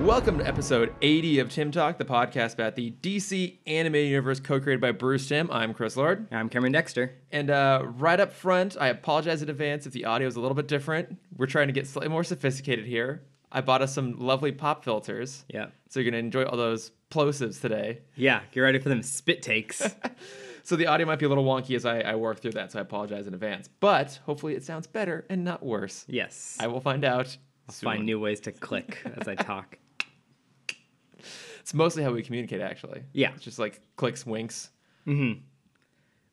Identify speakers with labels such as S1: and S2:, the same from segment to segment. S1: Welcome to episode 80 of Tim Talk, the podcast about the DC animated universe co-created by Bruce Tim. I'm Chris Lord.
S2: I'm Cameron Dexter.
S1: And uh, right up front, I apologize in advance if the audio is a little bit different. We're trying to get slightly more sophisticated here. I bought us some lovely pop filters.
S2: Yeah.
S1: So you're going to enjoy all those plosives today.
S2: Yeah, get ready for them spit takes.
S1: So the audio might be a little wonky as I, I work through that, so I apologize in advance. But hopefully it sounds better and not worse.
S2: yes.
S1: I will find out. soon.
S2: find new ways to click as I talk.
S1: It's mostly how we communicate, actually.
S2: Yeah.
S1: It's just like clicks, winks.
S2: We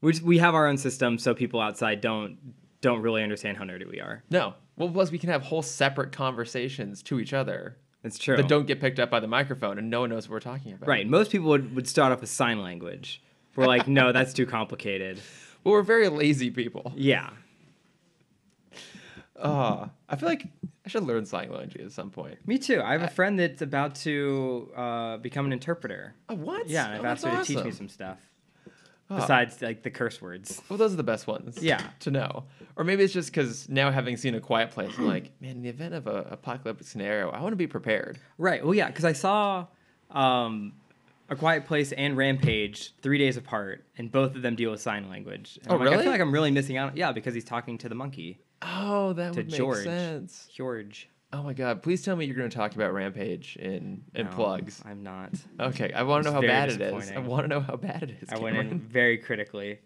S2: just, we have our own system so people outside don't don't really understand how nerdy we are.
S1: No. Well, plus we can have whole separate conversations to each other
S2: It's true.
S1: that don't get picked up by the microphone, and no one knows what we're talking about.
S2: Oh. right. Most people would, would start off with sign language. We're like, no, that's too complicated.
S1: Well, we're very lazy people.
S2: Yeah.
S1: Ah, I feel like I should learn sign language at some point.
S2: Me too. I have a friend that's about to uh, become an interpreter.
S1: Oh, what?
S2: Yeah, and I've
S1: Oh,
S2: asked
S1: that's
S2: her to teach me
S1: awesome.
S2: some stuff. Besides like the curse words.
S1: Well, those are the best ones.
S2: Yeah.
S1: To know. Or maybe it's just because now having seen A Quiet Place, I'm like, man, in the event of a apocalyptic scenario, I want to be prepared.
S2: Right. Well, yeah, because I saw um, A Quiet Place and Rampage three days apart, and both of them deal with sign language. And
S1: Oh,
S2: I'm like, I
S1: really?
S2: feel like I'm really missing out. Yeah, because he's talking to the monkey,
S1: Oh, that
S2: to
S1: would make
S2: George.
S1: sense.
S2: George.
S1: Oh my God! Please tell me you're going to talk about Rampage in in
S2: No,
S1: plugs.
S2: I'm not.
S1: Okay, I want to know how
S2: very
S1: bad it is. I
S2: disappointing.
S1: want to know how bad it is.
S2: I went
S1: Cameron.
S2: in very critically.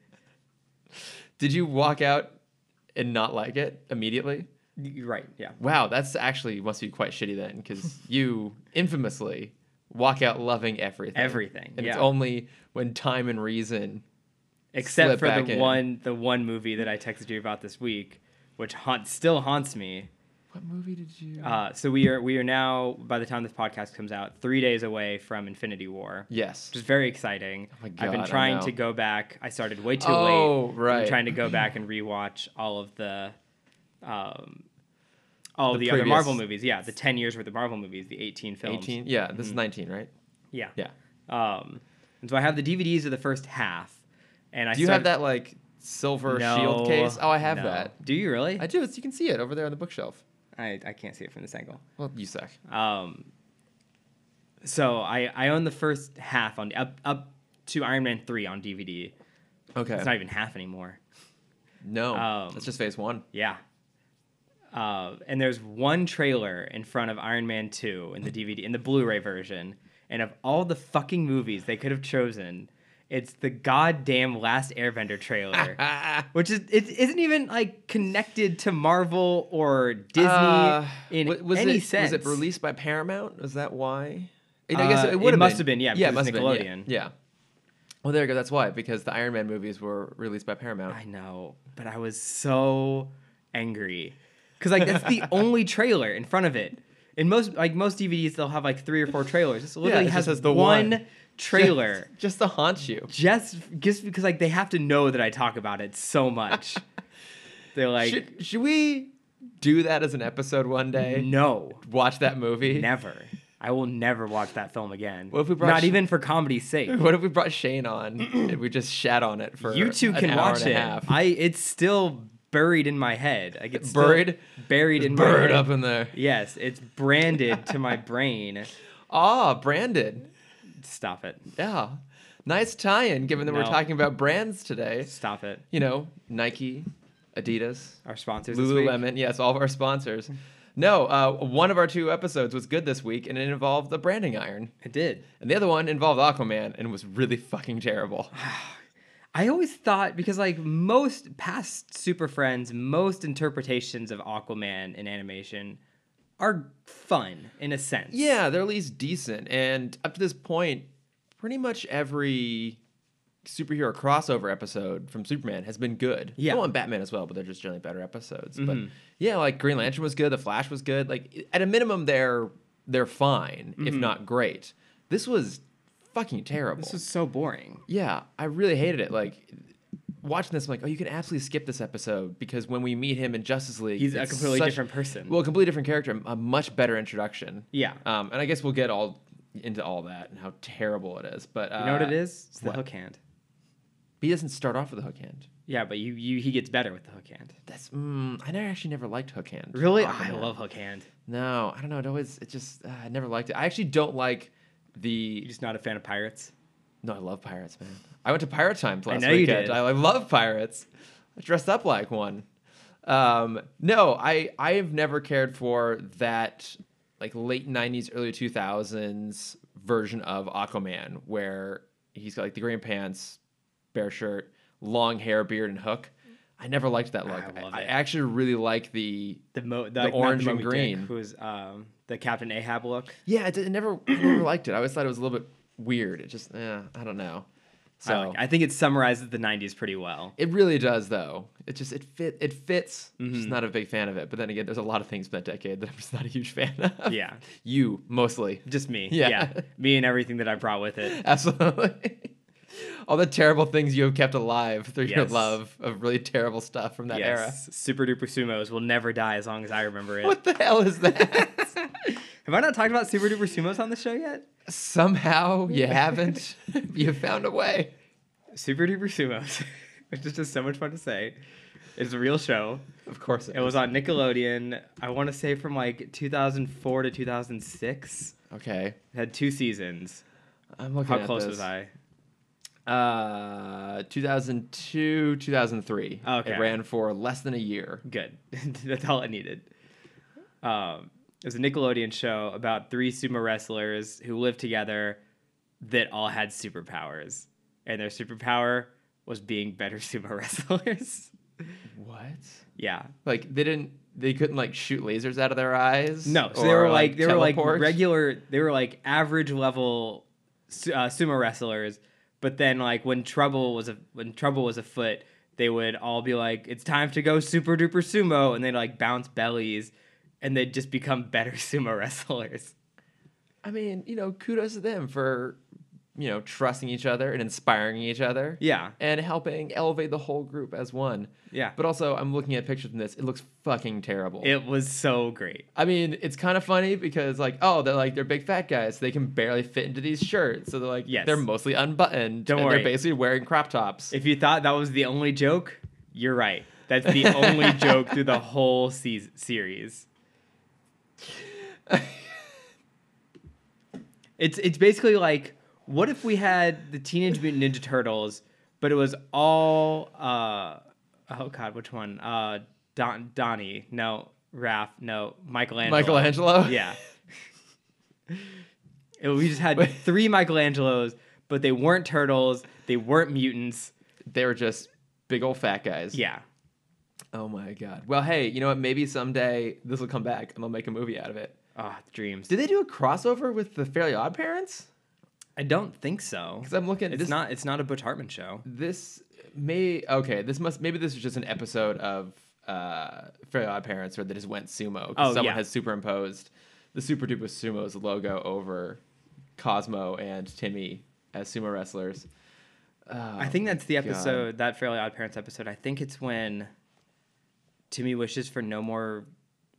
S1: Did you walk out and not like it immediately?
S2: Y- you're Right. Yeah.
S1: Wow, that's actually must be quite shitty then, because you infamously walk out loving everything.
S2: Everything,
S1: and it's
S2: yeah.
S1: only when time and reason. Slip
S2: Except for
S1: back
S2: the
S1: in.
S2: one, the one movie that I texted you about this week, which haunt still haunts me.
S1: What movie did you?
S2: Uh, so we are we are now by the time this podcast comes out, three days away from Infinity War.
S1: yes.
S2: which is very exciting.
S1: Oh my
S2: I've
S1: God, I
S2: been trying
S1: know.
S2: to go back. I started way too
S1: Oh,
S2: late.
S1: right.
S2: I'm trying to go back and rewatch all of the, um, all
S1: The
S2: the, other
S1: previous-
S2: Marvel movies. Yeah, the ten years worth of Marvel movies, the eighteen films. Mm-hmm.
S1: Eighteen. Yeah, this is nineteen, right?
S2: Yeah.
S1: Yeah.
S2: Um, and so I have the DVDs of the first half, and I
S1: Do you
S2: started-
S1: have that like silver
S2: No,
S1: shield case? Oh, I have
S2: no.
S1: that.
S2: Do you really?
S1: I do. It's, you can see it over there on the bookshelf.
S2: I, I can't see it from this angle.
S1: Well, you suck.
S2: Um, so I I own the first half on up up to Iron Man three on DVD.
S1: Okay.
S2: It's not even half anymore.
S1: no,
S2: um,
S1: that's just phase one.
S2: Yeah. Uh, and there's one trailer in front of Iron Man 2 in the DVD, in the Blu ray version. And of all the fucking movies they could have chosen, it's the goddamn Last Airbender trailer,
S1: Ah,
S2: which is, it isn't even like connected to Marvel or Disney
S1: Uh,
S2: in
S1: wa- was
S2: any
S1: it,
S2: sense.
S1: Was it released by Paramount? Is that why? And
S2: Uh, it
S1: would've
S2: must have been, yeah,
S1: Yeah, it
S2: because
S1: must
S2: it's
S1: have been. Yeah,
S2: Nickelodeon.
S1: yeah. Well, there you go. That's why, because the Iron Man movies were released by Paramount.
S2: I know, but I was so angry because like that's the only trailer in front of it. In most like most DVDs, they'll have like three or four trailers. This
S1: it
S2: literally
S1: just
S2: has,
S1: has the
S2: the
S1: one.
S2: one, trailer.
S1: Just, just to haunt you.
S2: Just just because like they have to know that I talk about it so much. They're like,
S1: should, should we do that as an episode one day?
S2: no,
S1: Watch that movie.
S2: never. I will never watch that film again.
S1: What if we brought
S2: Not
S1: Sh-
S2: even for comedy's sake.
S1: What if we brought Shane on and we just shat on it for
S2: You two
S1: an
S2: can
S1: hour
S2: watch
S1: and a
S2: it.
S1: half?
S2: I it's still buried in my head. Like it's still
S1: Buried?
S2: buried in my
S1: Bird
S2: head.
S1: up in there.
S2: Yes, it's branded to my brain.
S1: Ah, Brandon.
S2: Stop it.
S1: Yeah. Nice tie-in, given that we're
S2: No.
S1: talking about brands today.
S2: Stop it.
S1: You know, Nike, Adidas,
S2: Our sponsors. this week.
S1: Lululemon. Yes, all of our sponsors. No, uh, one of our two episodes was good this week, and it involved the branding iron,
S2: It did.
S1: and the other one involved Aquaman, and was really fucking terrible.
S2: I always thought because like most past Super Friends, most interpretations of Aquaman in animation are fun in a sense.
S1: Yeah, they're at least decent, and up to this point, pretty much every superhero crossover episode from Superman has been good.
S2: Yeah. Mm-hmm.
S1: well, and Batman as well, but they're just generally better episodes. But yeah, like Green Lantern was good, The Flash was good. Like at a minimum, they're they're fine, if not great. This was fucking terrible.
S2: Mm-hmm. This was so boring.
S1: Yeah, I really hated it. Like watching this, I'm like, oh, you can absolutely skip this episode because when we meet him in Justice League,
S2: He's a
S1: it's
S2: completely different person.
S1: Well, a completely different character, a much better introduction.
S2: Yeah.
S1: Um, and I guess we'll get all into all that and how terrible it is. But uh,
S2: You know what it is? It's the
S1: what?
S2: hook hand.
S1: But he doesn't start off with a hook hand.
S2: Yeah, but you, you he gets better with the hook hand.
S1: That's mm, I never actually never liked hook hand.
S2: Really, I
S1: Aquaman.
S2: love hook hand.
S1: No, I don't know. It always it just uh, I never liked it. I actually don't like
S2: You're
S1: the.
S2: just not a fan of pirates.
S1: No, I love pirates, man. I went to pirate time last
S2: know you
S1: weekend.
S2: did.
S1: I, I love pirates. I dressed up like one. Um, no, I I have never cared for that like late '90s, early 2000s version of Aquaman, where he's got like the green pants, bare shirt, long hair, beard, and hook. I never liked that look.
S2: love
S1: I
S2: it.
S1: actually really like the
S2: The mo the, not
S1: orange
S2: the
S1: and
S2: Moby
S1: green.
S2: Dick, who was um, the Captain Ahab look.
S1: Yeah, it, it never, I never liked it. I always thought it was a little bit weird. It just, yeah, I don't know. So
S2: I, like- I think it summarizes the '90s pretty well.
S1: it really does, though. It just it fit it fits. I'm
S2: Mm-hmm.
S1: Just not a big fan of it. But then again, there's a lot of things from that decade that I'm just not a huge fan of.
S2: Yeah.
S1: you mostly,
S2: Just me.
S1: Yeah.
S2: Me and everything that I brought with it.
S1: absolutely. All the terrible things you have kept alive through your
S2: Yes.
S1: love of really terrible stuff from that era.
S2: yes. Super duper sumos will never die as long as I remember it.
S1: What the hell is that?
S2: Have I not talked about super duper sumos on the show yet?
S1: Somehow you haven't. you found a way.
S2: Super duper sumos, which is just so much fun to say. It's a real show.
S1: Of course it,
S2: It was on Nickelodeon. I want to say from like 2004 to 2006.
S1: Okay,
S2: It had two seasons.
S1: I'm looking.
S2: How
S1: at
S2: close
S1: this.
S2: was I?
S1: Uh, 2002, 2003.
S2: Okay.
S1: It ran for less than a year.
S2: Good. That's all I needed. Um, it was a Nickelodeon show about three sumo wrestlers who lived together that all had superpowers. And their superpower was being better sumo wrestlers.
S1: What?
S2: yeah.
S1: Like they didn't they couldn't like shoot lasers out of their eyes?
S2: No, so they were
S1: or,
S2: like, they were like
S1: teleport?
S2: regular, they were like average level su- uh, sumo wrestlers. But then like when trouble was a when trouble was afoot, they would all be like, "It's time to go super duper sumo," and they'd like bounce bellies, and they'd just become better sumo wrestlers.
S1: I mean, you know, kudos to them for you know, trusting each other and inspiring each other.
S2: Yeah,
S1: And helping elevate the whole group as one.
S2: yeah.
S1: But also I'm looking at pictures from this. It looks fucking terrible.
S2: it was so great.
S1: I mean, it's kind of funny because like, oh, they're like they're big fat guys, so they can barely fit into these shirts. So they're like,
S2: Yes.
S1: they're mostly unbuttoned.
S2: Don't
S1: and
S2: worry.
S1: They're basically wearing crop tops.
S2: If you thought that was the only joke, you're right. That's the only joke through the whole se- series. it's it's basically like what if we had the Teenage Mutant Ninja Turtles, but it was all uh oh god, which one? Uh Don Donnie, no, Raph, no, Michelangelo.
S1: Michelangelo.
S2: Yeah. It- we just had three Michelangelos, but they weren't turtles. They weren't mutants.
S1: they were just big old fat guys.
S2: Yeah.
S1: Oh my god. Well, hey, you know what? Maybe someday this will come back and they'll make a movie out of it.
S2: Ah, dreams.
S1: Did they do a crossover with the Fairly Odd Parents?
S2: I don't think so.
S1: Because I'm looking. at
S2: It's
S1: this, Oh
S2: not. It's not a Butch Hartman show.
S1: This may. Okay, this must. Maybe this is just an episode of uh, Fairly Odd Parents where they just went sumo. 'cause
S2: Oh,
S1: someone
S2: yeah.
S1: has superimposed the Super Duper Sumo's logo over Cosmo and Timmy as sumo wrestlers.
S2: I think that's the
S1: God.
S2: episode. That Fairly Odd Parents episode. I think it's when Timmy wishes for no more,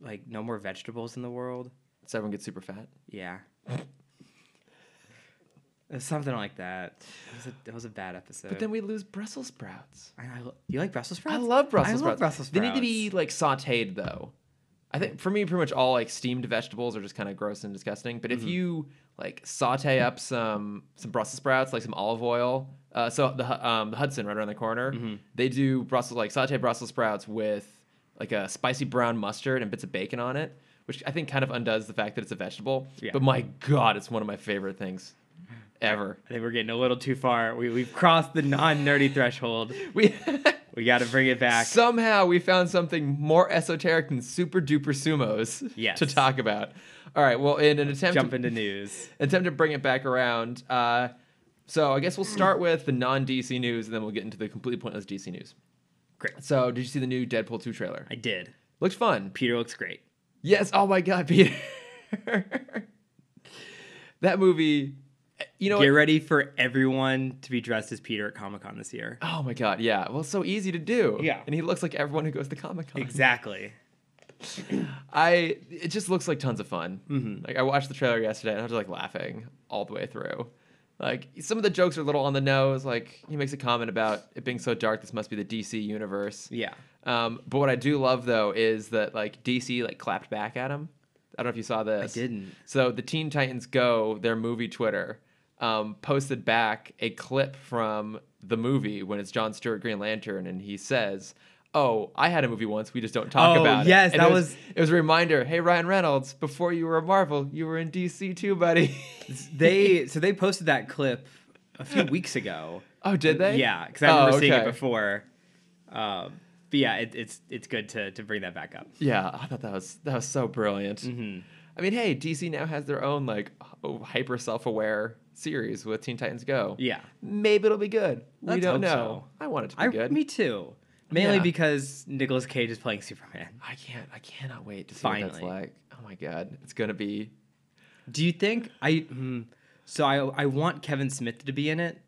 S2: like no more vegetables in the world.
S1: So everyone gets super fat.
S2: Yeah. It's Something like that. It was a, it was a bad episode.
S1: But then we lose Brussels sprouts.
S2: I, I, lo- you like Brussels sprouts?
S1: I love Brussels
S2: I love
S1: sprouts.
S2: Brussels
S1: They
S2: sprouts.
S1: need to be like sautéed though. I think for me, pretty much all like steamed vegetables are just kind of gross and disgusting. But
S2: Mm-hmm.
S1: if you like saute up some some Brussels sprouts, like some olive oil, uh, so the Hu- um, the Hudson right around the corner,
S2: Mm-hmm.
S1: they do Brussels like saute Brussels sprouts with like a spicy brown mustard and bits of bacon on it, which I think kind of undoes the fact that it's a vegetable.
S2: Yeah.
S1: But my god, it's one of my favorite things ever.
S2: I think we're getting a little too far. We, we've crossed the non nerdy threshold.
S1: We.
S2: We got to bring it back.
S1: Somehow we found something more esoteric than super duper sumos
S2: Yes.
S1: to talk about. All right. Well, in an attempt
S2: Jump
S1: to,
S2: into news.
S1: attempt to bring it back around, uh, so I guess we'll start with the non DC news, and then we'll get into the completely pointless DC news.
S2: Great.
S1: So, did you see the new Deadpool two trailer?
S2: I did.
S1: Looks fun.
S2: Peter looks great.
S1: Yes. Oh my God, Peter. that movie. You know.
S2: Get
S1: what?
S2: ready for everyone to be dressed as Peter at Comic Con this year.
S1: Oh my God. Yeah. Well, so easy to do.
S2: Yeah.
S1: And he looks like everyone who goes to Comic Con.
S2: Exactly.
S1: I it just looks like tons of fun. Like I watched the trailer yesterday and I was like laughing all the way through. Like some of the jokes are a little on the nose. Like he makes a comment about it being so dark. This must be the DC universe.
S2: Yeah.
S1: Um, but what I do love though is that like DC like clapped back at him. I don't know if you saw this.
S2: didn't.
S1: So the Teen Titans Go, their movie Twitter, um, posted back a clip from the movie when it's John Stewart Green Lantern, and he says. Oh, I had a movie once. We just don't talk
S2: Oh,
S1: about it.
S2: yes,
S1: And
S2: that
S1: it
S2: was-
S1: it was a reminder. Hey, Ryan Reynolds, before you were a Marvel, you were in DC too, buddy.
S2: They so they posted that clip a few weeks ago.
S1: oh, did they?
S2: Yeah, because I remember
S1: Oh,
S2: seeing it
S1: okay.
S2: before. Um, but yeah, it, it's it's good to to bring that back up.
S1: Yeah, I thought that was that was so brilliant.
S2: Mm-hmm.
S1: I mean, hey, DC now has their own like h- hyper self-aware series with Teen Titans Go.
S2: Yeah,
S1: Maybe it'll be good. we
S2: Let's
S1: don't
S2: hope
S1: know.
S2: so.
S1: I want it to be
S2: I
S1: good.
S2: me too. Mainly
S1: Yeah.
S2: because Nicolas Cage is playing Superman.
S1: I can't. I cannot wait to see what that's
S2: Finally.
S1: like. Oh my god, it's gonna be.
S2: Do you think I? Hmm, so I I want Kevin Smith to be in it,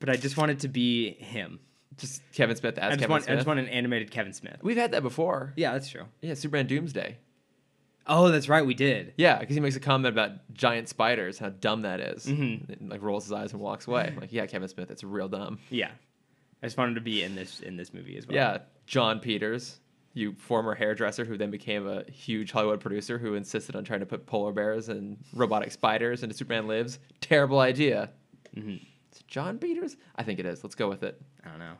S2: but I just want it to be him.
S1: Just Kevin Smith as
S2: I just
S1: Kevin
S2: want I
S1: Smith.
S2: just want an animated Kevin Smith.
S1: We've had that before.
S2: Yeah, that's true.
S1: Yeah, Superman Doomsday.
S2: Oh, that's right, we did.
S1: Yeah, because he makes a comment about giant spiders, how dumb that is.
S2: Mm-hmm.
S1: And, like rolls his eyes and walks away. like, yeah, Kevin Smith, it's real dumb.
S2: Yeah, I just wanted to be in this in this movie as well.
S1: Yeah, John Peters, you former hairdresser who then became a huge Hollywood producer who insisted on trying to put polar bears and robotic spiders into Superman Lives. Terrible idea. Is it John Peters? I think it is. Let's go with it.
S2: I don't know.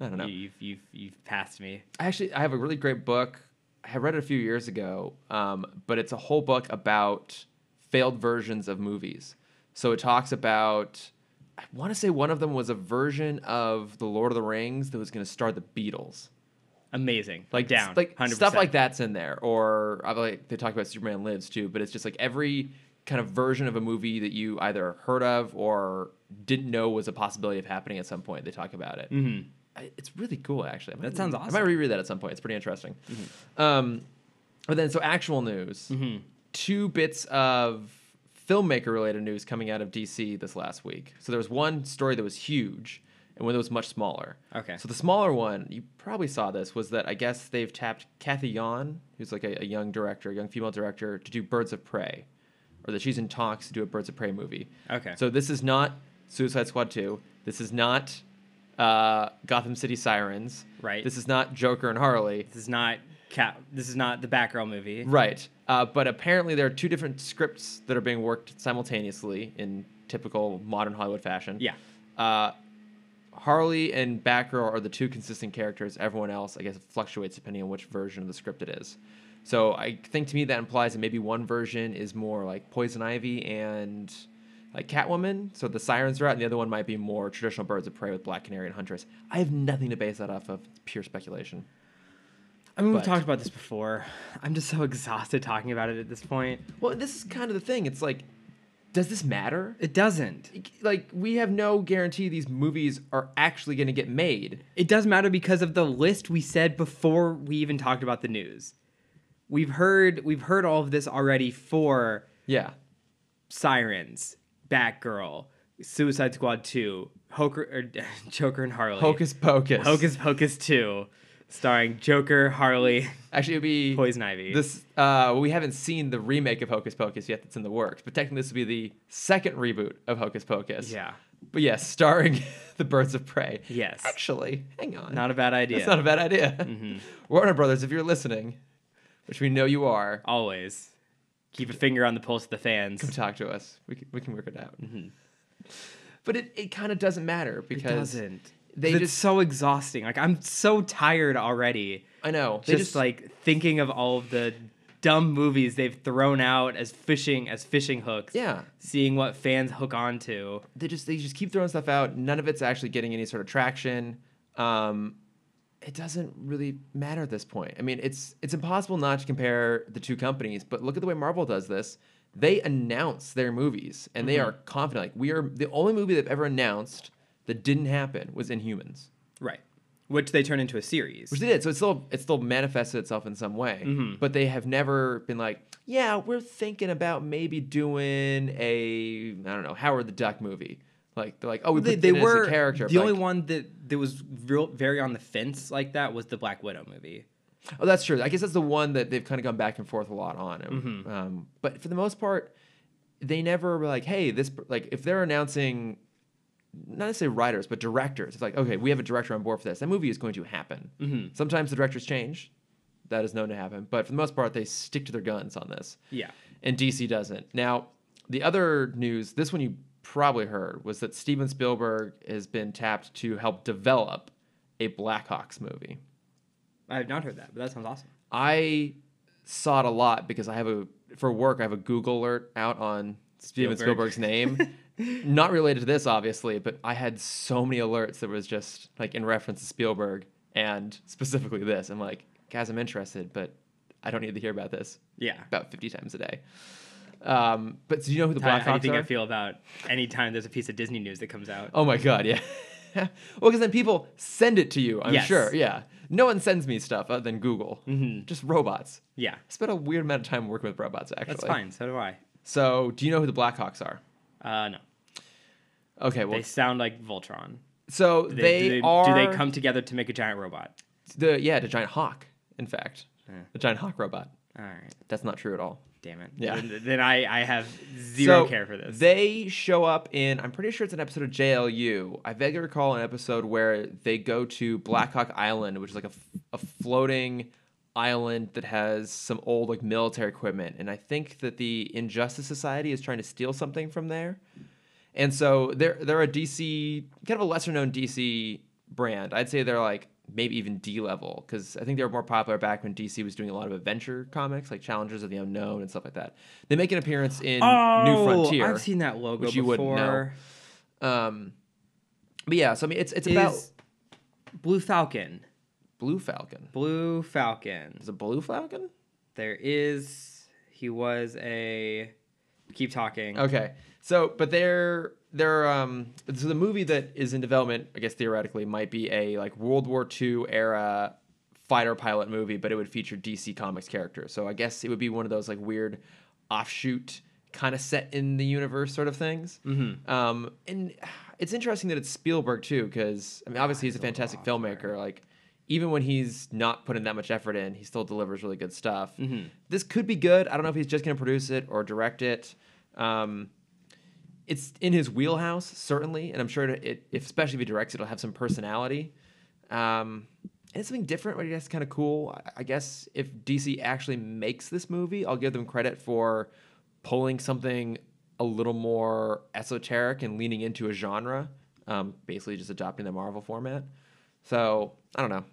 S1: I don't know.
S2: You, you've you've you've passed me.
S1: I actually I have a really great book. I had read it a few years ago, um, but it's a whole book about failed versions of movies. So it talks about I want to say one of them was a version of The Lord of the Rings that was going to star the Beatles.
S2: Amazing.
S1: like
S2: down.
S1: like
S2: 100%.
S1: stuff like that's in there or I like they talk about superman lives too but it's just like every kind of version of a movie that you either heard of or didn't know was a possibility of happening at some point they talk about it mm-hmm. it's really cool actually I might
S2: That sounds
S1: re- i might
S2: awesome. Mm-hmm.
S1: reread that at some point it's pretty interesting um, but then so actual news two bits of filmmaker related news coming out of dc this last week so there was one story that was huge and one that was much smaller
S2: Okay.
S1: so the smaller one, you probably saw this, was that I guess they've tapped Kathy Yon, who's like a, a young director, a young female director, to do Birds of Prey, or that she's in talks to do a Birds of Prey movie.
S2: Okay.
S1: So this is not Suicide Squad 2. This is not uh, Gotham City Sirens.
S2: Right.
S1: This is not Joker and Harley.
S2: This is not cat. This is not the Batgirl movie.
S1: Right. Uh, but apparently there are two different scripts that are being worked simultaneously in typical modern Hollywood fashion.
S2: Yeah.
S1: Uh, Harley and Batgirl are the two consistent characters. Everyone else, I guess, fluctuates depending on which version of the script it is. So I think to me that implies that maybe one version is more like Poison Ivy and like Catwoman. So the sirens are out, and the other one might be more traditional Birds of Prey with Black Canary and Huntress. I have nothing to base that off of. It's pure speculation.
S2: I mean,
S1: But-
S2: we've talked about this before. I'm just so exhausted talking about it at this point.
S1: Well, this is kind of the thing. It's like, does this matter?
S2: It doesn't.
S1: Like, we have no guarantee these movies are actually going to get made.
S2: It does matter because of the list we said before we even talked about the news. We've heard we've heard all of this already for
S1: Yeah.
S2: Sirens, Batgirl, Suicide Squad 2, Hoker or Joker and Harley.
S1: Hocus Pocus.
S2: Hocus Pocus 2, starring Joker, Harley,
S1: Actually, it'd be
S2: Poison Ivy.
S1: This uh, we haven't seen the remake of Hocus Pocus yet. That's in the works, but technically this would be the second reboot of Hocus Pocus.
S2: Yeah.
S1: But yes, starring the Birds of Prey.
S2: Yes.
S1: Actually, hang on.
S2: Not a bad idea. Mm-hmm.
S1: That's not a bad idea. Warner Brothers, if you're listening, which we know you are,
S2: Always. Keep a finger on the pulse of the fans.
S1: come talk to us. We can, we can work it out.
S2: Mm-hmm.
S1: But it, it kind of doesn't matter because they
S2: They it's
S1: just-
S2: so exhausting. Like I'm so tired already.
S1: I know they
S2: Just, like thinking of all of the dumb movies they've thrown out as fishing as fishing hooks.
S1: Yeah.
S2: Seeing what fans hook onto.
S1: they just they just keep throwing stuff out. None of it's actually getting any sort of traction. Um, it doesn't really matter at this point. I mean, it's it's impossible not to compare the two companies. But look at the way Marvel does this. They announce their movies, and they are confident. Like we are the only movie they've ever announced that didn't happen was Inhumans,
S2: Right. Which they turn into a series.
S1: which they did. So it still it still manifested itself in some way.
S2: Mm-hmm.
S1: But they have never been like, yeah, we're thinking about maybe doing a I don't know Howard the Duck movie. Like they're like, oh, we
S2: they,
S1: put
S2: they
S1: it in as a
S2: were
S1: character.
S2: the
S1: but,
S2: only
S1: like,
S2: one that that was real, very on the fence like that was the Black Widow movie.
S1: Oh, that's true. I guess that's the one that they've kind of gone back and forth a lot on. Um, but for the most part, they never were like, hey, this like if they're announcing not necessarily writers but directors, it's like okay, we have a director on board for this. That movie is going to happen. Sometimes the directors change, that is known to happen, but for the most part, they stick to their guns on this.
S2: Yeah.
S1: and DC doesn't. Now, the other news, this one you probably heard, was that Steven Spielberg has been tapped to help develop a Blackhawks movie.
S2: I have not heard that, but that sounds awesome.
S1: I saw it a lot because I have a for work I have a Google alert out on Steven
S2: Spielberg.
S1: Spielberg's name. Not related to this obviously, but I had so many alerts that was just like in reference to Spielberg and specifically this. I'm like, guys, I'm interested, but I don't need to hear about this
S2: Yeah.
S1: about 50 times a day. Um, but do you know who the
S2: How,
S1: Blackhawks
S2: how do you think
S1: are?
S2: I feel about any time there's a piece of Disney news that comes out?
S1: Oh my god, yeah. well, because then people send it to you. I'm
S2: Yes. Mm-hmm.
S1: sure. Yeah. No one sends me stuff other than Google. Just robots.
S2: Yeah.
S1: I spent a weird amount of time working with robots, actually.
S2: That's fine. So do I.
S1: So, do you know who the Blackhawks are?
S2: Uh, no.
S1: Okay, well,
S2: They sound like Voltron.
S1: so
S2: Do
S1: they,
S2: do do
S1: are
S2: they come together to make a giant robot?
S1: the yeah, the giant hawk. In fact, the giant hawk robot.
S2: All right.
S1: That's not true at all.
S2: Damn it.
S1: Yeah.
S2: Then, then I, I have zero
S1: So,
S2: care for this.
S1: They show up in, I'm pretty sure it's an episode of JLU. I vaguely recall an episode where they go to Blackhawk Island, which is like a, f- a floating island that has some old like military equipment. And I think that the Injustice Society is trying to steal something from there. And so they're they're a DC kind of a lesser known DC brand. I'd say they're like maybe even D level because I think they were more popular back when DC was doing a lot of adventure comics like Challengers of the Unknown and stuff like that. They make an appearance in New Frontier.
S2: Oh, I've seen that logo
S1: which you wouldn't
S2: before.
S1: know. Um, but yeah, so I mean, it's it's
S2: Is
S1: about
S2: Blue Falcon.
S1: Blue Falcon.
S2: Blue Falcon.
S1: Is it Blue Falcon?
S2: There is. He was a. Keep talking.
S1: Okay. So, but they're they're um so the movie that is in development, I guess theoretically, might be a like World War II era fighter pilot movie, but it would feature DC Comics characters. So I guess it would be one of those like weird offshoot kind of set in the universe sort of things. Mm-hmm. Um, and it's interesting that it's Spielberg too, because I mean, obviously he's a fantastic filmmaker. Like. Even when he's not putting that much effort in, he still delivers really good stuff. This could be good. I don't know if he's just going to produce it or direct it. Um, it's in his wheelhouse certainly, and I'm sure it, it if, especially if he directs it, it'll have some personality. Um, and it's something different, but that's kind of cool. I, I guess if DC actually makes this movie, I'll give them credit for pulling something a little more esoteric and leaning into a genre, um, basically just adopting the Marvel format. So I don't know.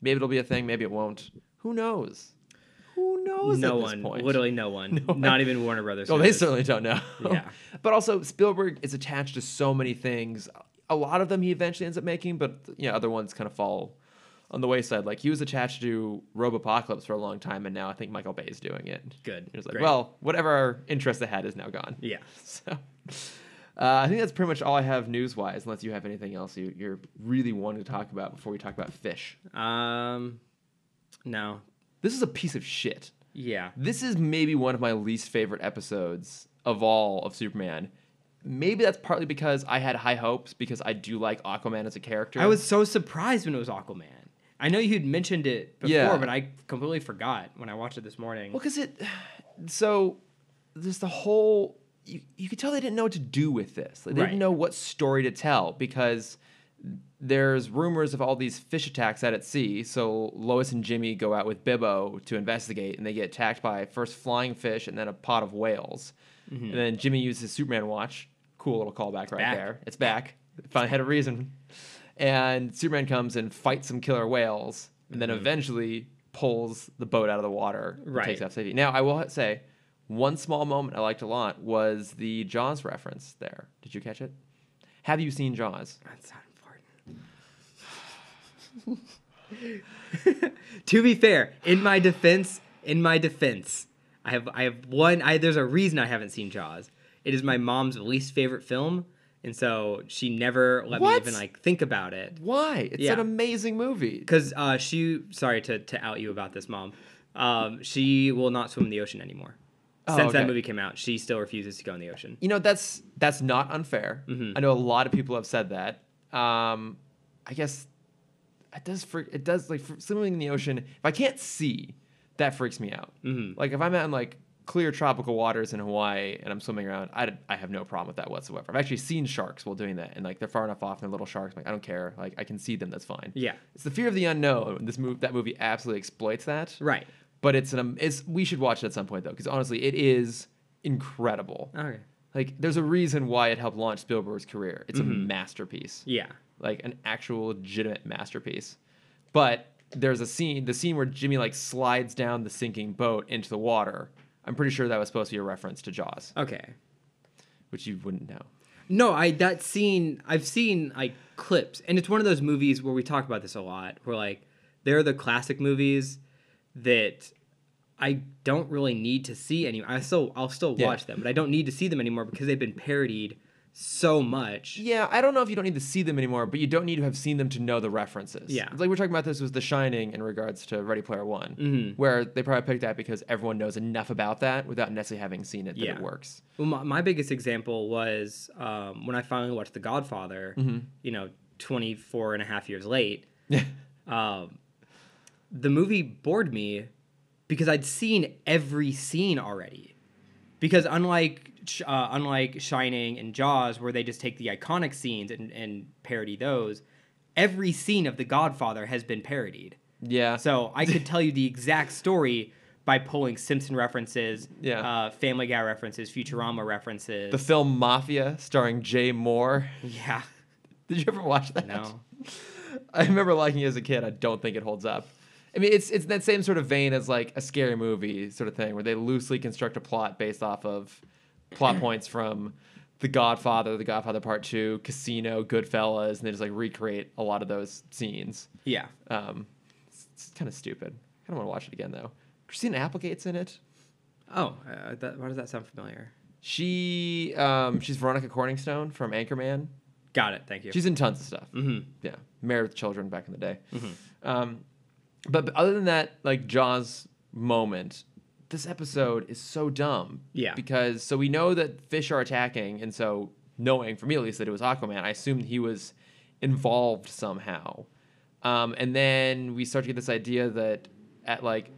S1: Maybe it'll be a thing. Maybe it won't. Who knows? Who knows?
S2: No
S1: at
S2: one.
S1: This point?
S2: Literally no one. Not even Warner Brothers.
S1: Oh,
S2: knows
S1: they
S2: this.
S1: certainly don't know.
S2: Yeah.
S1: but also Spielberg is attached to so many things. A lot of them he eventually ends up making, but you know, other ones kind of fall on the wayside. Like he was attached to Robopocalypse for a long time, and now I think Michael Bay is doing it.
S2: Good.
S1: It's like,
S2: Great.
S1: well, whatever our interest they had is now gone.
S2: Yeah.
S1: So uh, I think that's pretty much all I have news wise, unless you have anything else you, you're really wanting to talk about before we talk about fish.
S2: Um. No.
S1: This is a piece of shit.
S2: Yeah.
S1: This is maybe one of my least favorite episodes of all of Superman. Maybe that's partly because I had high hopes because I do like Aquaman as a character.
S2: I was so surprised when it was Aquaman. I know you'd mentioned it before,
S1: Yeah.
S2: but I completely forgot when I watched it this morning.
S1: well because it so there's the whole you, you could tell they didn't know what to do with this. Like, they
S2: Right.
S1: didn't know what story to tell because there's rumors of all these fish attacks out at sea. So Lois and Jimmy go out with Bibbo to investigate, and they get attacked by first flying fish and then a pot of whales. And then Jimmy uses Superman watch. Cool little callback right
S2: Mm-hmm. back.
S1: there. It's back. Finally had a reason. And Superman comes and fights some killer whales, and
S2: Mm-hmm.
S1: then eventually pulls the boat out of the water. and
S2: Right.
S1: Takes out safety. Now I will say, one small moment I liked a lot was the Jaws reference there. Did you catch it? Have you seen Jaws?
S2: That's not important. to be fair, in my defense, in my defense, I have I have one. I there's a reason I haven't seen Jaws. It is my mom's least favorite film, and so she never let
S1: What?
S2: me even like think about it.
S1: Why? It's
S2: Yeah.
S1: an amazing movie.
S2: Because uh, she, sorry to, to out you about this, mom. Um, she will not swim in the ocean anymore.
S1: Oh,
S2: Since that
S1: okay.
S2: movie came out, she still refuses to go in the ocean.
S1: You know that's that's not unfair.
S2: Mm-hmm.
S1: I know a lot of people have said that. Um, I guess it does. Fre- it
S2: Mm-hmm.
S1: does like fr- swimming in the ocean. If I can't see, that freaks me out. Like if I'm out in like clear tropical waters in Hawaii and I'm swimming around, I, d- I have no problem with that whatsoever. I've actually seen sharks while doing that, and like they're far enough off and they're little sharks. I'm like I don't care, like I can see them. That's fine.
S2: Yeah.
S1: it's the fear of the unknown. This move that movie absolutely exploits that.
S2: Right.
S1: But it's an um, it's we should watch it at some point though, because honestly, it is incredible.
S2: Okay.
S1: Like there's a reason why it helped launch Spielberg's career. It's a masterpiece
S2: Yeah.
S1: like an actual legitimate masterpiece. But there's a scene, the scene where Jimmy like slides down the sinking boat into the water. I'm pretty sure that was supposed to be a reference to Jaws,
S2: Okay.
S1: which you wouldn't know.
S2: No, I that scene I've seen like clips, and it's one of those movies where we talk about this a lot. Where like they're the classic movies that I don't really need to see anymore. I still I'll still
S1: Yeah.
S2: watch them, but I don't need to see them anymore because they've been parodied so much.
S1: Yeah, I don't know if you don't need to see them anymore, but you don't need to have seen them to know the references.
S2: Yeah.
S1: Like we're talking about this was The Shining in regards to Ready Player One, where they probably picked that because everyone knows enough about that without necessarily having seen it that
S2: Yeah.
S1: it works.
S2: Well, my, my biggest example was um, when I finally watched The Godfather, you know, 24 and a half years late. um, the movie bored me because I'd seen every scene already. Because unlike Sh- uh, unlike Shining and Jaws, where they just take the iconic scenes and, and parody those, every scene of The Godfather has been parodied.
S1: Yeah.
S2: So I could tell you the exact story by pulling Simpson references,
S1: Yeah.
S2: uh, Family Guy references, Futurama references.
S1: the film Mafia starring Jay Moore.
S2: yeah,
S1: Did you ever watch that?
S2: no,
S1: I remember liking it as a kid. I don't think it holds up. I mean, it's it's that same sort of vein as like a scary movie sort of thing, where they loosely construct a plot based off of plot points from The Godfather, The Godfather Part Two, Casino, Goodfellas, and they just like recreate a lot of those scenes.
S2: yeah.
S1: Um, it's, kind of stupid. I kind of want to watch it again though. Christina Applegate's in it.
S2: Oh, uh, that, why does that sound familiar?
S1: She um, she's Veronica Corningstone from Anchorman.
S2: Got it. Thank you.
S1: She's in tons of stuff.
S2: Mhm.
S1: Yeah, married with children back in the day. Um, but, but other than that, like Jaws moment, this episode is so dumb.
S2: Yeah.
S1: Because so we know that fish are attacking, and so knowing for me at least that it was Aquaman, I assumed he was involved somehow. Um, and then we start to get this idea that at like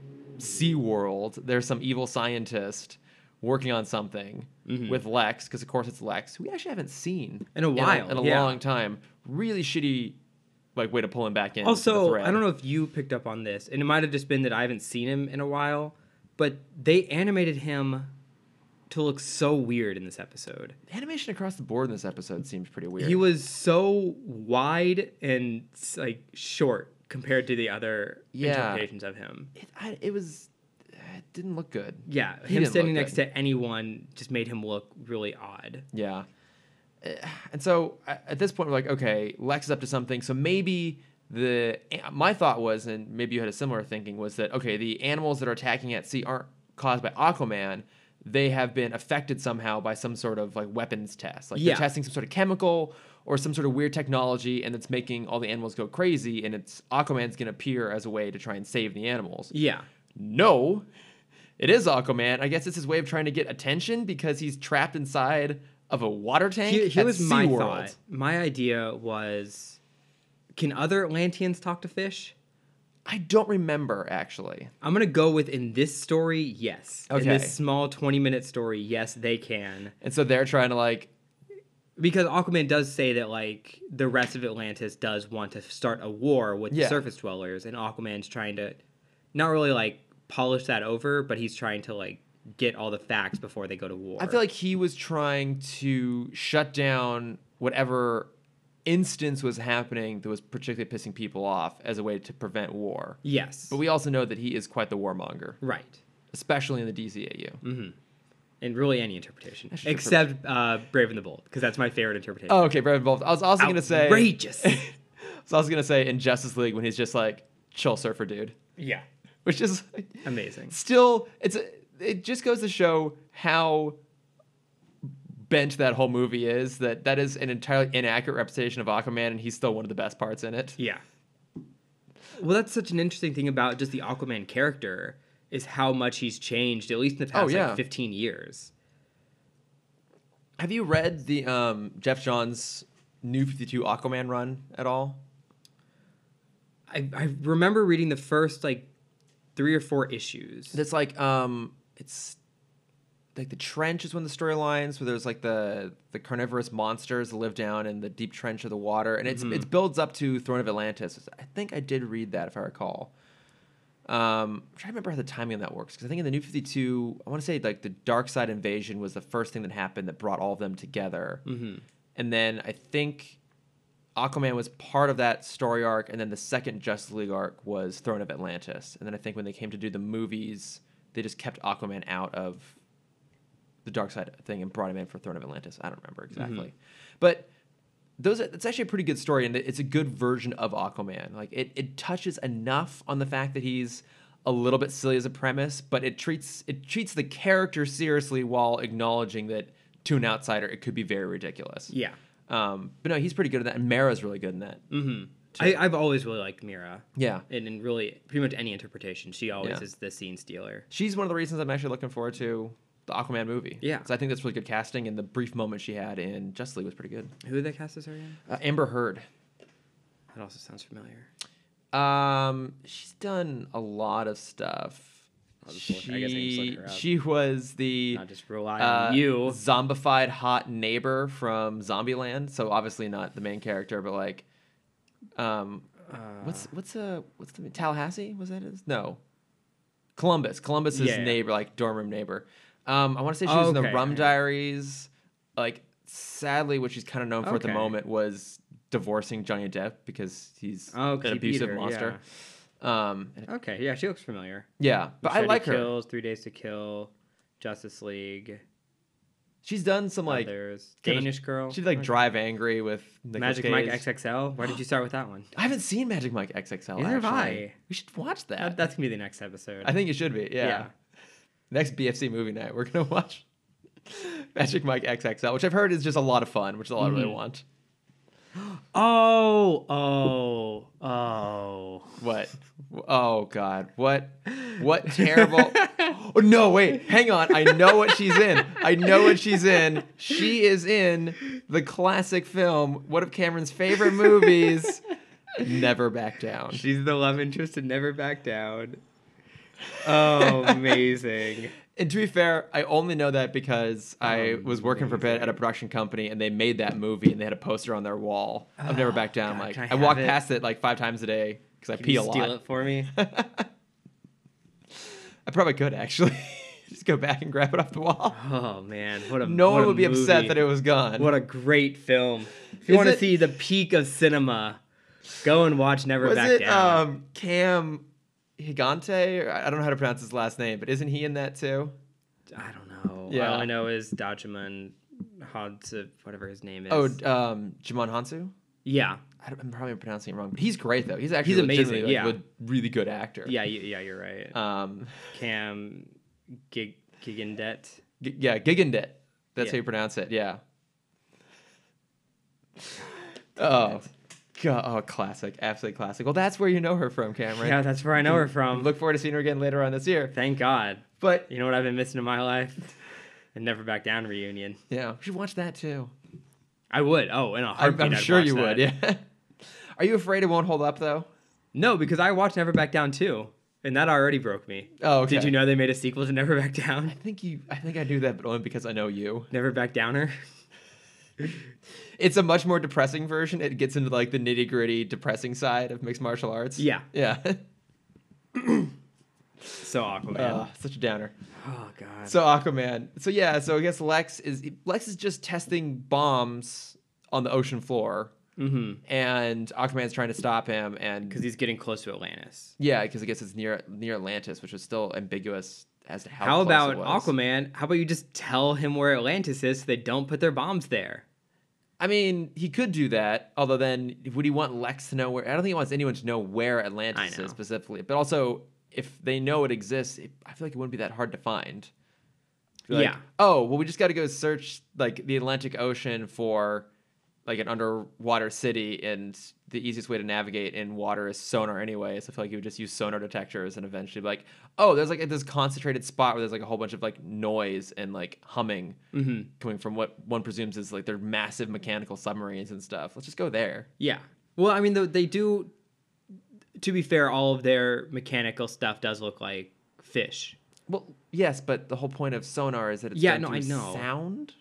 S1: SeaWorld, there's some evil scientist working on something with Lex, because of course it's Lex, who we actually haven't seen
S2: In a while,
S1: in a,
S2: yeah.
S1: long time. Really shitty, like way to pull him back in.
S2: also, I don't know if you picked up on this, and it might have just been that I haven't seen him in a while, but they animated him to look so weird in this episode.
S1: Animation across the board in this episode seems pretty weird.
S2: He was so wide and s- like short compared to the other
S1: Yeah.
S2: interpretations of him.
S1: it, I, it was, it didn't look good.
S2: Yeah,
S1: He
S2: him
S1: didn't
S2: standing
S1: look
S2: next to anyone just made him look really odd.
S1: Yeah. Uh, And so a- at this point, we're like, okay, Lex is up to something. So maybe the a- my thought was, and maybe you had a similar thinking, was that okay, the animals that are attacking at sea aren't caused by Aquaman. They have been affected somehow by some sort of like weapons test. Like
S2: Yeah.
S1: they're testing some sort of chemical or some sort of weird technology, and it's making all the animals go crazy. And it's Aquaman's gonna appear as a way to try and save the animals
S2: Yeah.
S1: no, it is Aquaman. I guess it's his way of trying to get attention because he's trapped inside of a water tank.
S2: Here, here
S1: at
S2: was my
S1: SeaWorld.
S2: thought. My idea was can other Atlanteans talk to fish?
S1: I don't remember actually.
S2: I'm going to go with in this story, yes. In
S1: Okay.
S2: this small 20 minute story, yes, they can.
S1: And so they're trying to like,
S2: Because Aquaman does say that, like, the rest of Atlantis does want to start a war with
S1: Yeah.
S2: the surface dwellers, and Aquaman's trying to not really, like, polish that over, but he's trying to, like, get all the facts before they go to war.
S1: I feel like he was trying to shut down whatever instance was happening that was particularly pissing people off as a way to prevent war.
S2: Yes.
S1: But we also know that he is quite the warmonger,
S2: right.
S1: especially in the DCAU.
S2: Mm-hmm. And really any interpretation.
S1: should
S2: Except uh, Brave and the Bold, because that's my favorite interpretation.
S1: Oh, okay, very involved. I was also going to say,
S2: Outrageous.
S1: so I was going to say in Justice League when he's just like chill surfer dude,
S2: yeah.
S1: which is
S2: Amazing.
S1: still it's a, it just goes to show how bent that whole movie is that that is an entirely inaccurate representation of aquaman and he's still one of the best parts in it
S2: Yeah. Well, that's such an interesting thing about just the Aquaman character is how much he's changed, at least in the past
S1: yeah.
S2: like 15 years.
S1: have you read the um, jeff johns new 52 aquaman run at all
S2: I, I remember reading the first like three or four issues.
S1: it's like um it's like the trench is one of the storylines where there's like the the carnivorous monsters that live down in the deep trench of the water, and it's it builds up to Throne of Atlantis. I think I did read that if I recall. Um, I'm trying to remember how the timing on that works because I think in the New Fifty Two, I want to say like the Dark Side invasion was the first thing that happened that brought all of them together, and then I think Aquaman was part of that story arc, and then the second Justice League arc was Throne of Atlantis, and then I think when they came to do the movies, they just kept Aquaman out of the Dark Side thing and brought him in for Throne of Atlantis. I don't remember exactly, but those it's actually a pretty good story and it's a good version of aquaman like it, it touches enough on the fact that he's a little bit silly as a premise but it treats it treats the character seriously while acknowledging that to an outsider it could be very ridiculous
S2: Yeah.
S1: um but no he's pretty good at that and mara's really good in that
S2: Mm-hmm. I, I've always really liked Mira.
S1: yeah
S2: And in really pretty much any interpretation, she always
S1: Yeah.
S2: is the scene stealer.
S1: she's one of the reasons i'm actually looking forward to the aquaman movie
S2: Yeah.
S1: so i think that's really good casting and the brief moment she had in justice league was pretty good
S2: Who did they cast as her again?
S1: uh, amber heard
S2: That also sounds familiar.
S1: Um, she's done a lot of stuff.
S2: I'll just look-
S1: She,
S2: I guess I can just look her up.
S1: she was the
S2: Not just rely
S1: uh,
S2: on you.
S1: zombified hot neighbor from Zombieland. So obviously not the main character, but like, um, what's what's uh what's the Tallahassee? Was that his? No, Columbus. Columbus's
S2: Yeah, yeah.
S1: neighbor, like dorm room neighbor. Um, I want to say she was in the
S2: Okay,
S1: Rum
S2: okay.
S1: Diaries. Like, sadly, what she's kind of known for at the
S2: Okay.
S1: moment was divorcing Johnny Depp because he's
S2: Oh,
S1: an
S2: 'cause he beat
S1: abusive
S2: her,
S1: monster. Um, and-
S2: Okay, yeah, she looks familiar.
S1: yeah, but I
S2: Machete
S1: like her.
S2: Kills, Three Days to Kill, Justice League.
S1: She's done some like
S2: others.
S1: Give us-
S2: Danish Girl.
S1: she did like
S2: Okay.
S1: Drive Angry with Nicolas
S2: Magic Mike
S1: Cage.
S2: XXL. Why did you start with that one?
S1: I haven't seen Magic Mike XXL.
S2: Neither have
S1: actually.
S2: I.
S1: We should watch that.
S2: That, that's gonna be the next episode.
S1: I think you should be. Yeah.
S2: Yeah.
S1: Next BFC movie night, we're gonna watch Magic Mike XXL, which I've heard is just a lot of fun, which is all I really
S2: Mhm.
S1: want.
S2: oh, oh, oh.
S1: What? Oh God! What? What terrible? oh no! Wait, hang on. I know what she's in. I know what she's in. She is in the classic film, one of Cameron's favorite movies, Never Back Down.
S2: She's the love interest and never back down. Oh, amazing.
S1: And to be fair, I only know that because I was working for a bit
S2: Oh, Amazing.
S1: at a production company and they made that movie and they had a poster on their wall of Never Back Down.
S2: Ah, God,
S1: like
S2: can I
S1: I, walked
S2: have it?
S1: past it like five times a day because I
S2: Can
S1: pee
S2: you
S1: a
S2: steal
S1: lot.
S2: it for me?
S1: I probably could actually just go back and grab it off the wall.
S2: Oh man, what a
S1: No
S2: what
S1: one
S2: a
S1: would be upset
S2: movie.
S1: that it was gone.
S2: What a great film! If you
S1: Is
S2: want to
S1: it-
S2: see the peak of cinema, go and watch Never
S1: was
S2: Back
S1: it
S2: Down.
S1: um, Cam Higante? Or I I don't know how to pronounce his last name, but isn't he in that too?
S2: I don't know.
S1: Yeah.
S2: All I know is Dajiman Hodsa, whatever his name is.
S1: Oh, um, Jimon Hansu.
S2: yeah,
S1: I don't- I'm probably pronouncing it wrong, but he's great though. He's actually
S2: He's amazing,
S1: legitimately, like, a
S2: yeah.
S1: really good actor.
S2: yeah, you, yeah. You're right.
S1: Um,
S2: Cam Gig Gigandet.
S1: G- yeah, Gigandet. That's
S2: Yeah.
S1: how you pronounce it. Yeah. Oh, God. oh, classic, absolutely classic. Well, that's where you know her from, Cameron.
S2: Yeah, that's where I know her from.
S1: Look forward to seeing her again later on this year.
S2: Thank God.
S1: But
S2: You know what I've been missing in my life? A Never Back Down reunion.
S1: yeah, we should watch that too.
S2: I would. Oh, in a
S1: I'm,
S2: heartbeat.
S1: I'm
S2: I'd
S1: sure
S2: watch
S1: you
S2: that.
S1: would. Yeah. Are you afraid it won't hold up though?
S2: No, because I watched Never Back Down too, and that already broke me.
S1: Oh, okay.
S2: Did you know they made a sequel to Never Back Down?
S1: I think you. I think I knew that, but only because I know you.
S2: Never Back Downer.
S1: It's a much more depressing version. It gets into like the nitty gritty, depressing side of mixed martial arts.
S2: Yeah.
S1: Yeah.
S2: So Aquaman.
S1: Ugh, such a downer.
S2: oh God.
S1: Uh. So Aquaman. So yeah. So I guess Lex is Lex is just testing bombs on the ocean floor,
S2: mm-hmm.
S1: and Aquaman's trying to stop him.
S2: Because
S1: And
S2: he's getting close to Atlantis.
S1: yeah, because I guess it's near near Atlantis, which is still ambiguous as to how.
S2: How
S1: close
S2: about
S1: it was.
S2: Aquaman? How about you just tell him where Atlantis is so they don't put their bombs there?
S1: I mean, he could do that. Although then, would he want Lex to know where? I don't think he wants anyone to know where Atlantis
S2: I know.
S1: is specifically. But also, if they know it exists, it, I feel like it wouldn't be that hard to find. Be like,
S2: Yeah.
S1: Oh well, we just got to go search like the Atlantic Ocean for like an underwater city, and the easiest way to navigate in water is sonar anyway. So I feel like you would just use sonar detectors, and eventually, be like, oh, there's like this concentrated spot where there's like a whole bunch of like noise and like humming coming from what one presumes is like their massive mechanical submarines and stuff. Let's just go there.
S2: Yeah. Well, I mean, though they do. To be fair, all of their mechanical stuff does look like fish.
S1: Well, yes, but the whole point of sonar is that it's
S2: Yeah,
S1: done
S2: no, I
S1: through
S2: know.
S1: sound.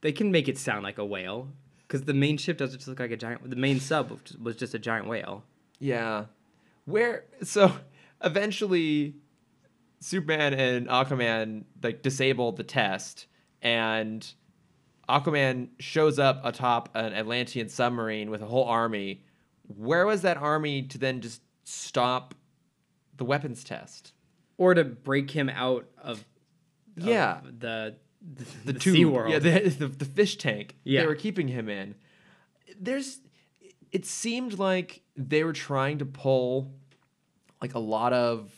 S2: They can make it sound like a whale because the main ship doesn't just look like a giant. The main sub was just- was just a giant whale.
S1: Yeah. Where so eventually Superman and Aquaman like disable the test and Aquaman shows up atop an Atlantean submarine with a whole army. Where was that army to then just stop the weapons test?
S2: Or to break him out of, of
S1: Yeah.
S2: the the,
S1: the,
S2: the,
S1: tube,
S2: sea world.
S1: yeah, the, the, the fish tank
S2: Yeah.
S1: they were keeping him in. There's, it seemed like they were trying to pull, like a lot of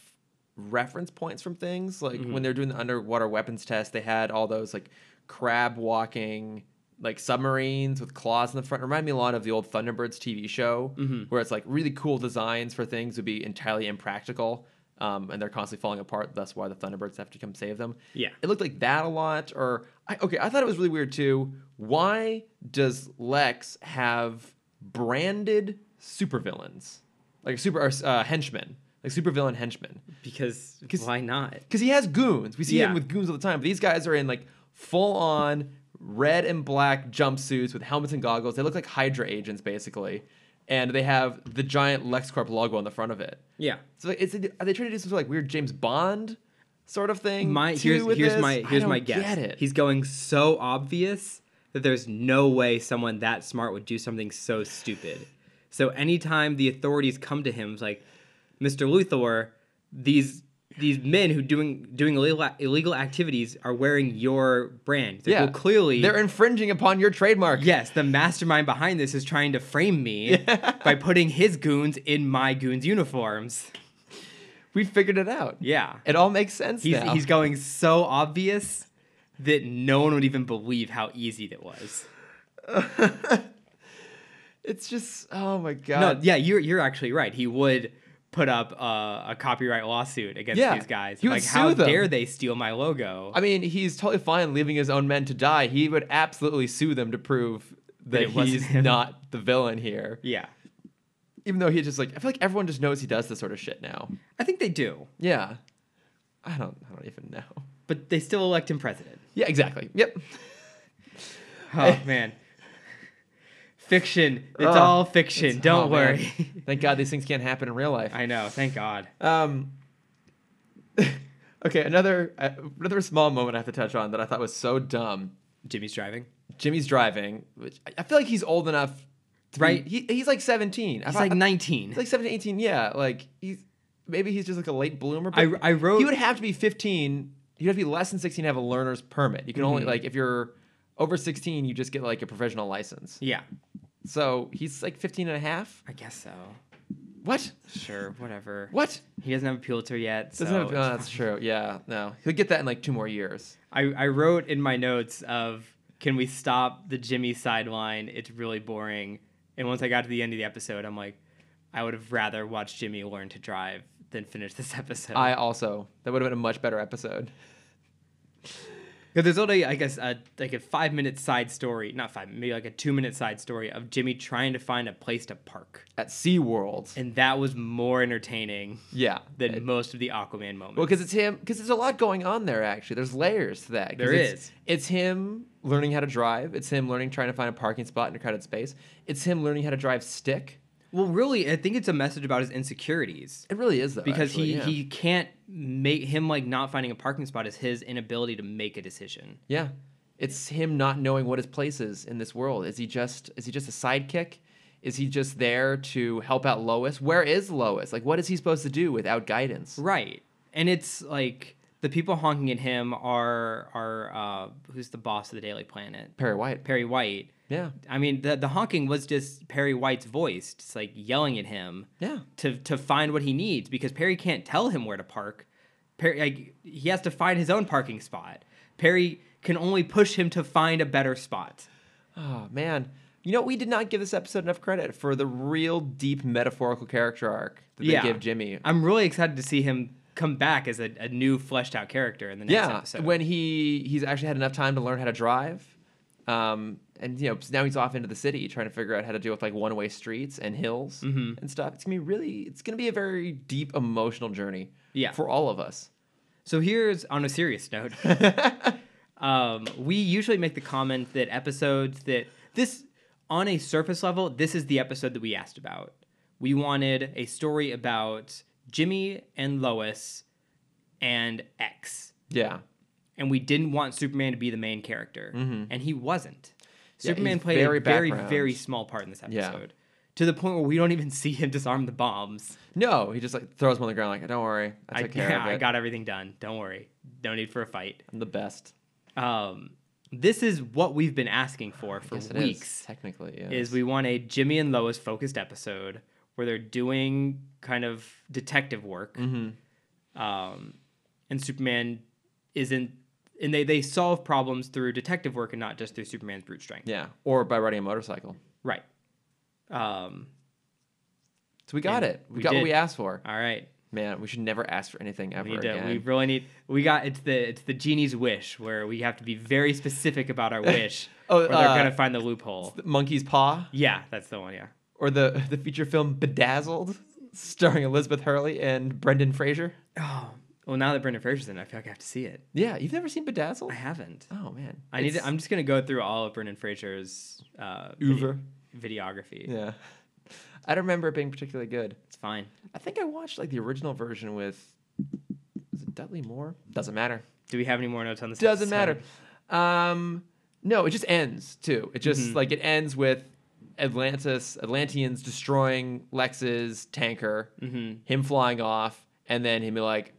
S1: reference points from things. Like
S2: Mm-hmm.
S1: when they were doing the underwater weapons test, they had all those like crab walking like submarines with claws in the front. Remind me a lot of the old Thunderbirds TV show,
S2: Mm-hmm.
S1: where it's like really cool designs for things would be entirely impractical. Um, and they're constantly falling apart. That's why the Thunderbirds have to come save them
S2: Yeah.
S1: it looked like that a lot or I, okay i thought it was really weird too why does lex have branded supervillains like super or, uh, henchmen like supervillain henchmen
S2: because
S1: 'Cause-
S2: why not?
S1: because he has goons we see
S2: Yeah.
S1: him with goons all the time but these guys are in like full on red and black jumpsuits with helmets and goggles they look like hydra agents basically and they have the giant lexcorp logo on the front of it
S2: Yeah.
S1: so like, is it, are they trying to do some sort of like weird James Bond sort of thing?
S2: My
S1: too
S2: here's
S1: with
S2: here's
S1: this?
S2: my
S1: I
S2: here's my
S1: don't
S2: guess.
S1: Get it.
S2: He's going so obvious that there's no way someone that smart would do something so stupid. So anytime the authorities come to him, it's like, Mr. Luthor, these these men who doing doing illegal, illegal activities are wearing your brand. It's like,
S1: Yeah.
S2: Well, clearly
S1: They're infringing upon your trademark.
S2: Yes, the mastermind behind this is trying to frame me by putting his goons in my goons uniforms.
S1: We figured it out.
S2: Yeah.
S1: It all makes sense
S2: He's,
S1: now.
S2: he's going so obvious that no one would even believe how easy that was.
S1: it's just oh my god.
S2: No, yeah, you're you're actually right. He would put up uh, a copyright lawsuit against
S1: Yeah,
S2: these guys.
S1: he would
S2: like, how
S1: sue them.
S2: dare they steal my logo?
S1: I mean, he's totally fine leaving his own men to die. He would absolutely sue them to prove that
S2: it wasn't
S1: he's
S2: him.
S1: not the villain here.
S2: yeah,
S1: Even though he's just like I feel like everyone just knows he does this sort of shit now.
S2: I think they do,
S1: Yeah. I don't I don't even know.
S2: but they still elect him president.
S1: Yeah, exactly. Yep.
S2: Oh man, fiction. It's
S1: Ugh,
S2: all fiction.
S1: It's- oh,
S2: Don't
S1: man.
S2: worry.
S1: Thank God these things can't happen in real life.
S2: I know. Thank God.
S1: Um, okay, another uh, another small moment I have to touch on that I thought was so dumb.
S2: Jimmy's driving.
S1: Jimmy's driving, which I- I feel like he's old enough, to be-
S2: Right.
S1: he, he's like seventeen. I
S2: He's
S1: thought-
S2: like
S1: I-
S2: 19.
S1: he's like 17, 18, Yeah, like he's maybe he's just like a late bloomer.
S2: I, I wrote.
S1: he would have to be fifteen. You'd have to be less than sixteen to have a learner's permit. You can only
S2: Mhm.
S1: like if you're over sixteen, you just get like a provisional license.
S2: yeah,
S1: So he's like 15 and a half.
S2: I guess so.
S1: What?
S2: Sure, whatever.
S1: What?
S2: He doesn't have a Pulitzer yet.
S1: Doesn't
S2: so
S1: have. No,
S2: it's
S1: that's true. Yeah. No, he'll get that in like two more years.
S2: I, I wrote in my notes of can we stop the Jimmy sideline? It's really boring. And once I got to the end of the episode, I'm like, I would have rather watched Jimmy learn to drive than finish this episode.
S1: I also. That would have been a much better episode.
S2: 'Cause there's only I guess a, like a five minute side story, not five, maybe like a two minute side story of Jimmy trying to find a place to park,
S1: At SeaWorld.
S2: and that was more entertaining
S1: Yeah.
S2: than
S1: It-
S2: most of the Aquaman moments.
S1: well, because it's him. Because there's a lot going on there, actually. There's layers to that. 'Cause
S2: There
S1: it's,
S2: is.
S1: It's him learning how to drive. It's him learning trying to find a parking spot in a crowded space. It's him learning how to drive stick.
S2: Well, really, I think it's a message about his insecurities
S1: It really is, though.
S2: because
S1: actually,
S2: he
S1: yeah.
S2: he can't make him like not finding a parking spot is his inability to make a decision.
S1: Yeah. It's him not knowing what his place is in this world. Is he just is he just a sidekick? Is he just there to help out Lois? Where is Lois? Like what is he supposed to do without guidance?
S2: Right, and it's like the people honking at him are are uh, who's the boss of the Daily Planet,
S1: Perry White.
S2: Perry White.
S1: Yeah.
S2: I mean, the the honking was just Perry White's voice, just like yelling at him.
S1: Yeah.
S2: to to find what he needs because Perry can't tell him where to park. Perry like he has to find his own parking spot. Perry can only push him to find a better spot.
S1: Oh man. You know, we did not give this episode enough credit for the real deep metaphorical character arc that
S2: Yeah.
S1: they give Jimmy.
S2: I'm really excited to see him come back as a, a new fleshed out character in the next
S1: yeah,
S2: episode.
S1: when he he's actually had enough time to learn how to drive, um, and you know now he's off into the city trying to figure out how to deal with like one way streets and hills
S2: Mm-hmm.
S1: and stuff. It's gonna be really, it's gonna be a very deep emotional journey.
S2: Yeah.
S1: for all of us.
S2: So here's on a serious note. um, we usually make the comment that episodes that this on a surface level, this is the episode that we asked about. We wanted a story about Jimmy and Lois and X.
S1: yeah.
S2: And we didn't want Superman to be the main character. And he wasn't.
S1: Mm-hmm. Yeah,
S2: Superman
S1: he's
S2: played
S1: very
S2: a very,
S1: background.
S2: very small part in this episode.
S1: Yeah.
S2: To the point where we don't even see him disarm the bombs.
S1: No, he just like throws him on the ground, like, don't worry, I
S2: I,
S1: took care
S2: yeah,
S1: of it.
S2: I got everything done. Don't worry. No need for a fight.
S1: I'm the best.
S2: Um, this is what we've been asking for for
S1: Yes, it is,
S2: weeks.
S1: technically. Yes.
S2: Is we want a Jimmy and Lois focused episode where they're doing kind of detective work,
S1: Mm-hmm.
S2: um, and Superman isn't, and they they solve problems through detective work and not just through Superman's brute strength.
S1: yeah, or by riding a motorcycle.
S2: Right. Um,
S1: So we got
S2: And
S1: it. We,
S2: we
S1: got
S2: did.
S1: what we asked for.
S2: all right.
S1: Man, we should never ask for anything ever
S2: We, need to,
S1: again.
S2: we really need. We got it's the it's the genie's wish where we have to be very specific about our wish.
S1: Oh,
S2: or they're
S1: uh,
S2: gonna find the loophole.
S1: The Monkey's Paw
S2: Yeah, that's the one. Yeah.
S1: or the the feature film Bedazzled, starring Elizabeth Hurley and Brendan Fraser.
S2: Oh, well, now that Brendan Fraser's in, it, I feel like I have to see it.
S1: Yeah, you've never seen Bedazzled?
S2: I haven't.
S1: Oh man,
S2: I need.
S1: It's-
S2: To, I'm just gonna go through all of Brendan Fraser's uh,
S1: Uber.
S2: vide- videography.
S1: Yeah, I don't remember it being particularly good.
S2: It's fine.
S1: I think I watched like the original version with is it Dudley Moore? Doesn't matter.
S2: Do we have any more notes on this?
S1: Doesn't matter.
S2: episode?
S1: Um, no, it just ends too. It just like it ends with Atlantis, Atlanteans destroying Lex's tanker, him flying off, and then him be like,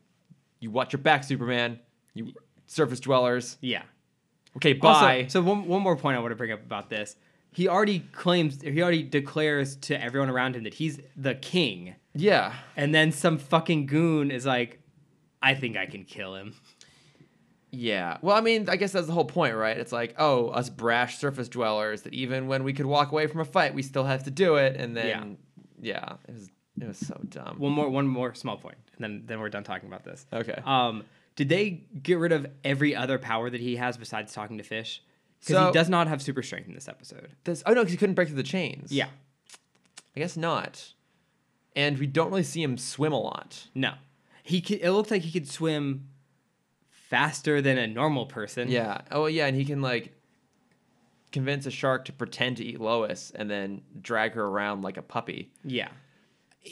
S1: "You watch your back, Superman. You surface dwellers.
S2: Yeah.
S1: Okay,
S2: Also,
S1: bye."
S2: so one, one more point I want to bring up about this. He already claims. He already declares to everyone around him that he's the king,
S1: yeah,
S2: and then some fucking goon is like, "I think I can kill him."
S1: yeah. Well, I mean, I guess that's the whole point, right? It's like, oh, us brash surface dwellers that even when we could walk away from a fight, we still have to do it, and then yeah, it was it was so dumb.
S2: One more. One more small point, and then then we're done talking about this.
S1: okay.
S2: Um, did they get rid of every other power that he has besides talking to fish? Because
S1: So-
S2: he does not have super strength in this episode.
S1: this, oh no, because he couldn't break through the chains.
S2: Yeah.
S1: I guess not. And we don't really see him swim a lot.
S2: No. He could, it looked like he could swim faster than a normal person.
S1: Yeah. Oh yeah, and he can like convince a shark to pretend to eat Lois and then drag her around like a puppy.
S2: Yeah.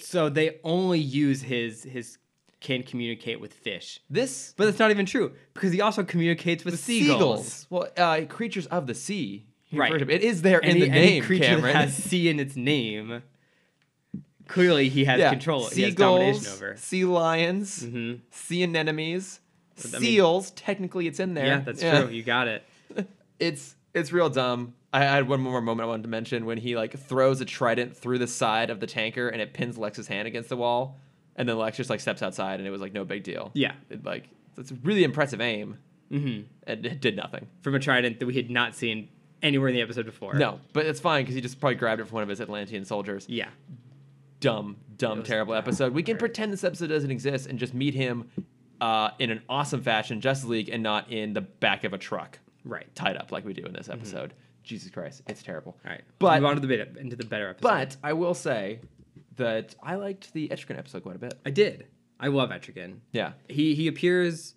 S2: So they only use his his can communicate with fish.
S1: This
S2: But that's not even true because he also communicates with
S1: the
S2: seagulls.
S1: seagulls. Well, uh, creatures of the sea. He
S2: Right.
S1: referred to- It is there in
S2: Any,
S1: the
S2: any
S1: name,
S2: creature
S1: Cameron.
S2: that has sea in its name, clearly he has
S1: yeah.
S2: control. He has
S1: Seagulls,
S2: domination over. Mm-hmm.
S1: sea lions, sea anemones,
S2: I mean-
S1: seals. Technically, it's in there.
S2: Yeah, that's true. You got it.
S1: it's it's real dumb. I had one more moment I wanted to mention when he like throws a trident through the side of the tanker and it pins Lex's hand against the wall, and then Lex just like steps outside and it was like no big deal.
S2: Yeah.
S1: it, like it's a really impressive aim,
S2: Mm-hmm.
S1: and it did nothing.
S2: from a trident that we had not seen anywhere in the episode before.
S1: No, but it's fine because he just probably grabbed it from one of his Atlantean soldiers.
S2: Yeah.
S1: Dumb,
S2: It
S1: dumb,
S2: was-
S1: terrible episode. We can
S2: Right.
S1: pretend this episode doesn't exist and just meet him uh, in an awesome fashion, Justice League, and not in the back of a truck
S2: Right.
S1: tied up like we do in this episode. Jesus Christ, it's terrible.
S2: Mm-hmm. All right.
S1: But-
S2: move on to the bit into the better episode.
S1: But I will say that I liked the Etrigan episode quite a bit.
S2: I did. I love Etrigan.
S1: Yeah.
S2: He he appears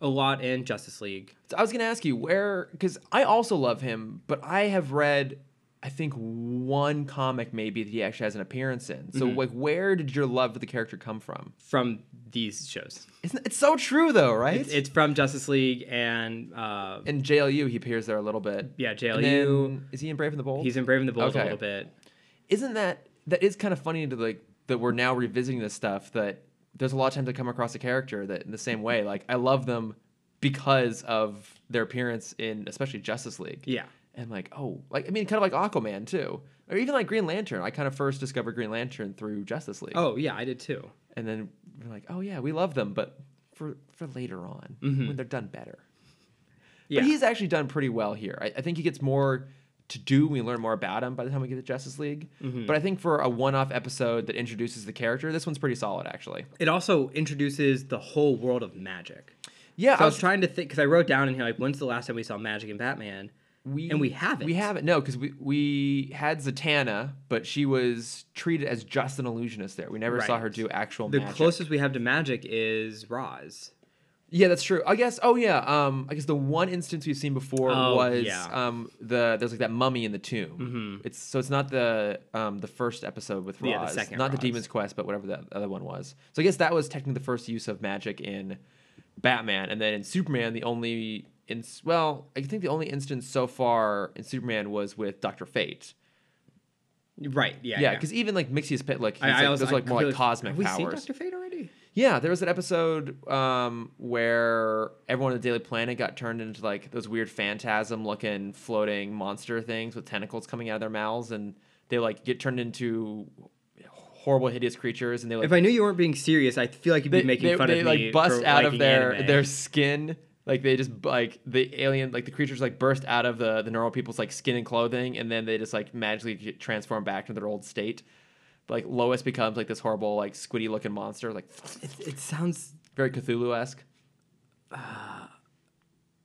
S2: a lot in Justice League.
S1: So I was going to ask you where, because I also love him, but I have read, I think, one comic maybe that he actually has an appearance in. So,
S2: Mm-hmm.
S1: like, where did your love for the character come from?
S2: From these shows,
S1: Isn't, it's so true, though, right?
S2: it's, it's from Justice League and uh,
S1: in JLU, he appears there a little bit.
S2: yeah,
S1: And
S2: JLU.
S1: then- is he in Brave and the Bold?
S2: He's in Brave and the Bold
S1: Okay.
S2: a little bit.
S1: Isn't that, that is kind of funny to like, that we're now revisiting this stuff that there's a lot of times I come across a character that in the same way, like, I love them because of their appearance in especially Justice League.
S2: Yeah.
S1: and like oh like i mean kind of like aquaman too or even like green lantern i kind of first discovered green lantern through justice league
S2: Oh yeah, I did too.
S1: and then we're like oh yeah we love them but for for later on when they're done better
S2: Mm-hmm. Yeah.
S1: but he's actually done pretty well here I, I think he gets more to do we learn more about him by the time we get to justice league
S2: Mm-hmm.
S1: but i think for a one-off episode that introduces the character this one's pretty solid actually
S2: it also introduces the whole world of magic.
S1: yeah
S2: So I was trying to think because I wrote down in here like when's the last time we saw magic in Batman?
S1: we
S2: and we haven't.
S1: we haven't no because we we had zatanna but she was treated as just an illusionist there we never saw
S2: Right.
S1: her do actual
S2: The
S1: magic.
S2: closest we have to magic is Roz.
S1: Yeah, that's true. I guess. Oh yeah. Um, I guess the one instance we've seen before
S2: Oh,
S1: was
S2: yeah. Mm-hmm.
S1: um the there's like that mummy in the tomb. It's so it's not the um the first episode with Roz,
S2: Yeah, the second
S1: not the
S2: Roz.
S1: Demon's Quest, but whatever that other one was. So I guess that was technically the first use of magic in Batman, and then in Superman, the only in well, I think the only instance so far in Superman was with Doctor Fate.
S2: Right. Yeah.
S1: Yeah, because even like Mixius Pitlick, he's
S2: I,
S1: like,
S2: I also
S1: those are, like more like cosmic
S2: have we
S1: powers.
S2: seen Doctor Fate already?
S1: Yeah, there was an episode um, where everyone in the Daily Planet got turned into like those weird phantasm looking floating monster things with tentacles coming out of their mouths and they like get turned into horrible hideous creatures and they like
S2: If I knew you weren't being serious, I feel like you'd be
S1: they,
S2: making
S1: they-
S2: fun
S1: they,
S2: of
S1: like
S2: me.
S1: bust
S2: for
S1: out of
S2: liking
S1: their
S2: anime.
S1: their skin like they just like the alien like the creatures like burst out of the the normal people's like skin and clothing and then they just like magically get transformed back to their old state like lois becomes like this horrible like squiddy looking monster like
S2: It, it sounds.
S1: very cthulhu-esque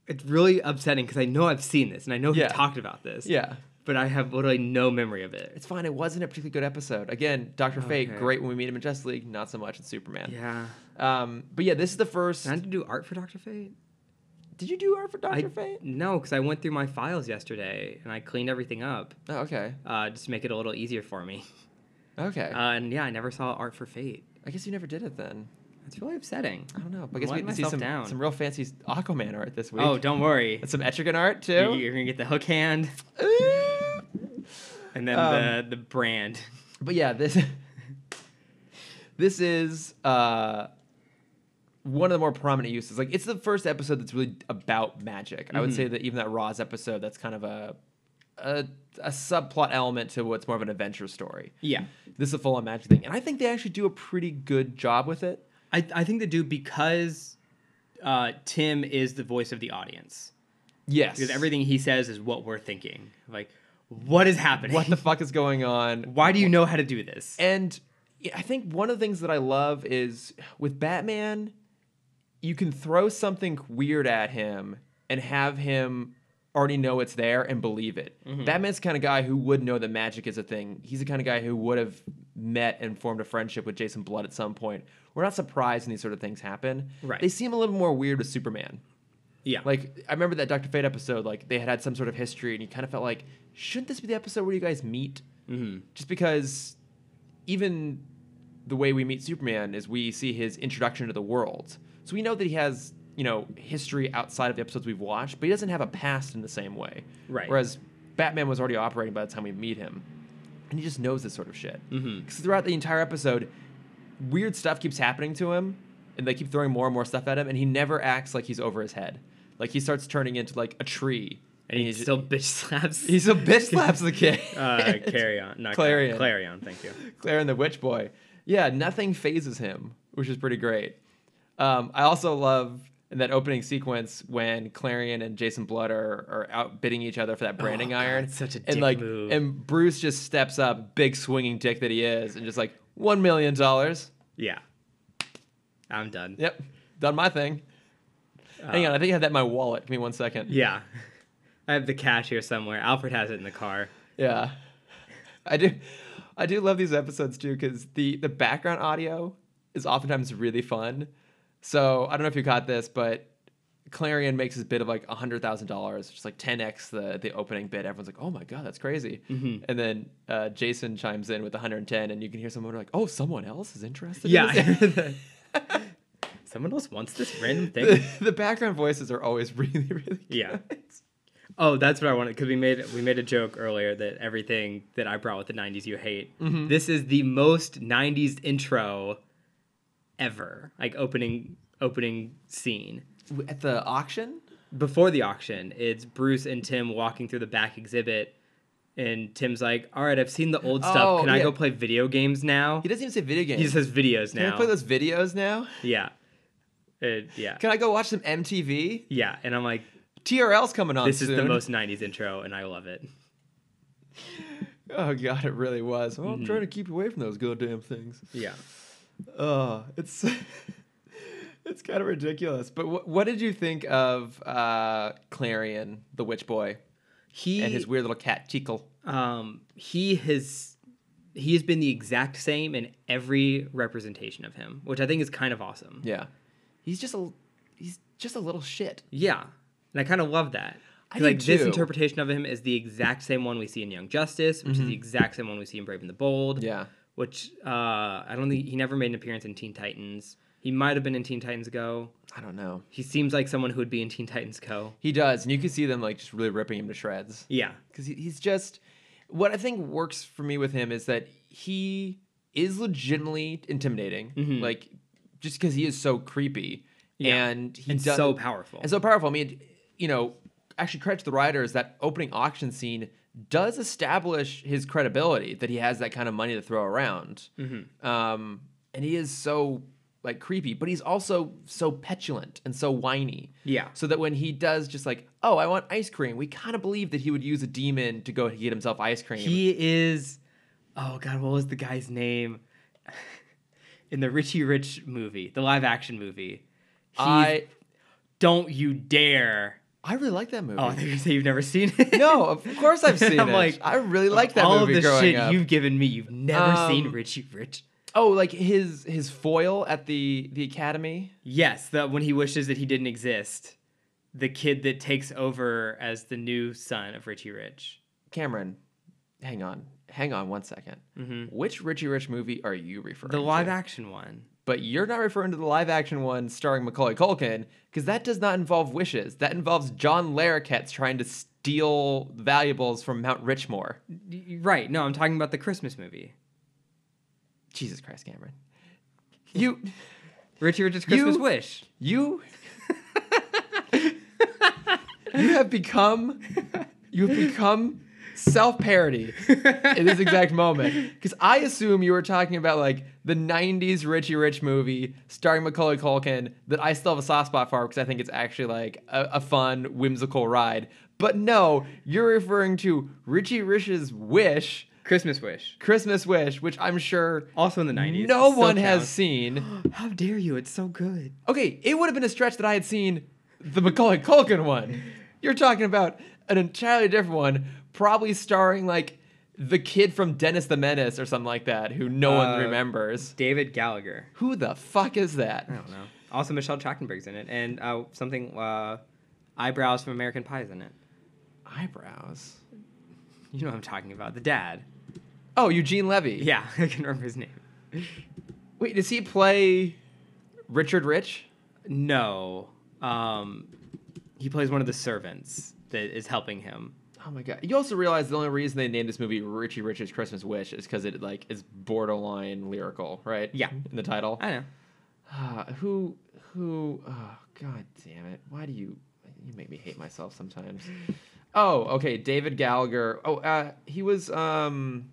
S2: It's really upsetting because I know I've seen this and I know we
S1: Yeah.
S2: talked about this.
S1: Yeah.
S2: But I have literally no memory of it.
S1: It's fine. It wasn't a particularly good episode. Again, Doctor Fate,
S2: Okay.
S1: great when we meet him in Justice League, not so much in Superman.
S2: Yeah.
S1: Um, but yeah, this is the first.
S2: Can I have to do art for Doctor Fate?
S1: Did you do art for
S2: I-
S1: Doctor Fate?
S2: No, because I went through my files yesterday and I cleaned everything up
S1: Oh, okay.
S2: uh, just to make it a little easier for me.
S1: Okay.
S2: Uh, and yeah, I never saw art for Fate.
S1: I guess you never did it then.
S2: That's really upsetting.
S1: I don't know. But I guess
S2: I'm
S1: we can
S2: letting
S1: see
S2: myself
S1: some
S2: down.
S1: some real fancy Aquaman art this week.
S2: Oh, don't worry.
S1: and some Etrigan art
S2: You're,
S1: too.
S2: you're gonna get the hook hand
S1: Ooh.
S2: and then
S1: Um,
S2: the the brand.
S1: but yeah, this this is uh, one of the more prominent uses. Like, it's the first episode that's really about magic. I would say that even that Roz episode, that's kind of a a, a subplot element to what's more of an adventure story.
S2: Yeah,
S1: This is a full on magic thing, and I think they actually do a pretty good job with it.
S2: I I think they do because uh, Tim is the voice of the audience
S1: Yes,
S2: because everything he says is what we're thinking. Like, what is happening?
S1: What the fuck is going on?
S2: Why do you know how to do this?
S1: And I think one of the things that I love is with Batman, you can throw something weird at him and have him already know it's there and believe it. Batman's the kind of guy who would know that magic is a thing. He's the kind of guy who would have met and formed a friendship with Jason Blood at some point. We're not surprised when these sort of things happen.
S2: Right.
S1: They seem a little more weird with Superman.
S2: Yeah,
S1: Like I remember that Doctor Fate episode. Like they had had some sort of history, and you kind of felt like, shouldn't this be the episode where you guys meet? Mm-hmm. Just because, even the way we meet Superman is we see his introduction to the world. So we know that he has you know history outside of the episodes we've watched, but he doesn't have a past in the same way.
S2: Right.
S1: Whereas Batman was already operating by the time we meet him, and he just knows this sort of shit.
S2: Mm-hmm.
S1: Because throughout the entire episode, weird stuff keeps happening to him and they keep throwing more and more stuff at him and he never acts like he's over his head like he starts turning into like a tree
S2: and he still bitch slaps.
S1: he's a bitch slaps the kid
S2: uh, Clarion, not
S1: Clarion.
S2: Clarion. Clarion, thank you.
S1: claire and the witch boy yeah nothing phases him which is pretty great um, i also love in that opening sequence when clarion and jason blood are, are out bidding each other for that branding
S2: Oh, God,
S1: iron
S2: it's such a
S1: and
S2: dick
S1: like
S2: move.
S1: and bruce just steps up big swinging dick that he is and just like one million dollars
S2: Yeah, I'm done.
S1: Yep. Done my thing. Hang on, I think I had that in my wallet. Give me one second. Yeah.
S2: Yeah. I have the cash here somewhere. Alfred has it in the car.
S1: I do I do love these episodes too cuz the the background audio is oftentimes really fun. So, I don't know if you caught this, but Clarion makes his bid of like $100,000, just like 10x the the opening bid. Everyone's like, "Oh my god, that's crazy."
S2: Mm-hmm.
S1: And then uh, Jason chimes in with 110 and you can hear someone like, "Oh, someone else is interested." In this?
S2: Yeah. Someone else wants this random thing.
S1: the background voices are always really really good.
S2: Yeah. Oh, that's what I wanted because we made we made a joke earlier that everything that I brought with the '90s you hate.
S1: Mm-hmm.
S2: This is the most '90s intro ever, like opening opening scene
S1: At the auction?
S2: before the auction. It's Bruce and Tim walking through the back exhibit, and Tim's like, "All right, I've seen the old stuff.
S1: Oh,
S2: Can I
S1: yeah.
S2: go play video games now?"
S1: He doesn't even say video games.
S2: He just has videos
S1: Can
S2: now.
S1: I play those videos now?
S2: Yeah. It, yeah.
S1: Can I go watch some MTV?
S2: Yeah. And I'm like,
S1: TRL's coming on
S2: this is the
S1: soon.
S2: most 90s intro, and I love it.
S1: Oh god, it really was. Well,
S2: Mm-hmm.
S1: I'm trying to keep away from those goddamn things.
S2: Yeah.
S1: Oh, it's it's kind of ridiculous. But wh- what did you think of uh, Clarion, the witch boy,
S2: He,
S1: and his weird little cat Chico?
S2: um, he has, he has been the exact same in every representation of him, which I think is kind of awesome.
S1: Yeah, he's just a he's just a little shit.
S2: Yeah, and I kind of love that. 'Cause,
S1: I do
S2: like this
S1: too.
S2: interpretation of him is the exact same one we see in Young Justice, which is the exact same one we see in Brave and the Bold.
S1: Mm-hmm. Yeah.
S2: Which uh, I don't think he never made an appearance in Teen Titans. He might have been in Teen Titans Go.
S1: I don't know.
S2: He seems like someone who would be in Teen Titans Go.
S1: He does, and you can see them like just really ripping him to shreds.
S2: Yeah.
S1: because he, he's just what I think works for me with him is that he is legitimately intimidating, like just because he is so creepy
S2: Mm-hmm. Yeah.
S1: and he
S2: And
S1: does,
S2: so powerful.
S1: and so powerful. I mean, you know, actually credit to the writers that opening auction scene does establish his credibility that he has that kind of money to throw around,
S2: Mm-hmm.
S1: um, and he is so like creepy, but he's also so petulant and so whiny.
S2: Yeah.
S1: So that when he does just like, oh, I want ice cream, we kind of believe that he would use a demon to go get himself ice cream.
S2: He is. Oh God, what was the guy's name? in the Richie Rich movie, the live action movie. He's,
S1: I
S2: don't you dare.
S1: I really like that movie.
S2: Oh, they're gonna say you've never seen it.
S1: no, of course I've seen
S2: I'm
S1: it.
S2: like,
S1: I really like that
S2: All
S1: movie
S2: of the
S1: growing
S2: shit
S1: up.
S2: you've given me, you've never seen
S1: Um,
S2: Richie Rich.
S1: Oh, like his his foil at the the academy.
S2: Yes, the when he wishes that he didn't exist, the kid that takes over as the new son of Richie Rich.
S1: Cameron, hang on, hang on one second. Which Richie Rich movie are you referring?
S2: Mm-hmm. The live
S1: to?
S2: action one.
S1: but you're not referring to the live action one starring Macaulay Culkin because that does not involve wishes. That involves John Larroquette trying to steal valuables from Mount Richmore.
S2: Y- y- Right. No, I'm talking about the Christmas movie.
S1: Jesus Christ, Cameron. You,
S2: Richie Rich's Christmas
S1: You-
S2: Wish.
S1: you, you have become, you have become self parody in this exact moment. Because I assume you were talking about like the 90s Richie Rich movie starring Macaulay Culkin that I still have a soft spot for because I think it's actually like a, a fun, whimsical ride. But no, you're referring to Richie Rich's Wish,
S2: Christmas Wish.
S1: Christmas Wish, which I'm sure
S2: Also in the 90s.
S1: no
S2: Still
S1: one has
S2: counts.
S1: seen.
S2: How dare you? It's so good.
S1: Okay, it would have been a stretch that I had seen the Macaulay Culkin one. You're talking about an entirely different one, probably starring like the kid from Dennis the Menace or something like that, who no one
S2: Uh,
S1: remembers.
S2: David Gallagher.
S1: Who the fuck is that?
S2: I don't know. Also, Michelle Trachtenberg's in it, and uh, something uh, eyebrows from American Pie's in it.
S1: Eyebrows.
S2: You know what I'm talking about? The dad.
S1: Oh, Eugene Levy.
S2: Yeah, I can remember his name.
S1: Wait, does he play Richard Rich?
S2: No, um, he plays one of the servants that is helping him.
S1: Oh my god. You also realize the only reason they named this movie Richie Rich's Christmas Wish is because it like is borderline lyrical, right?
S2: Yeah.
S1: In the title.
S2: I know.
S1: Ah, who who oh god damn it why do you you make me hate myself sometimes oh okay david gallagher oh uh he was um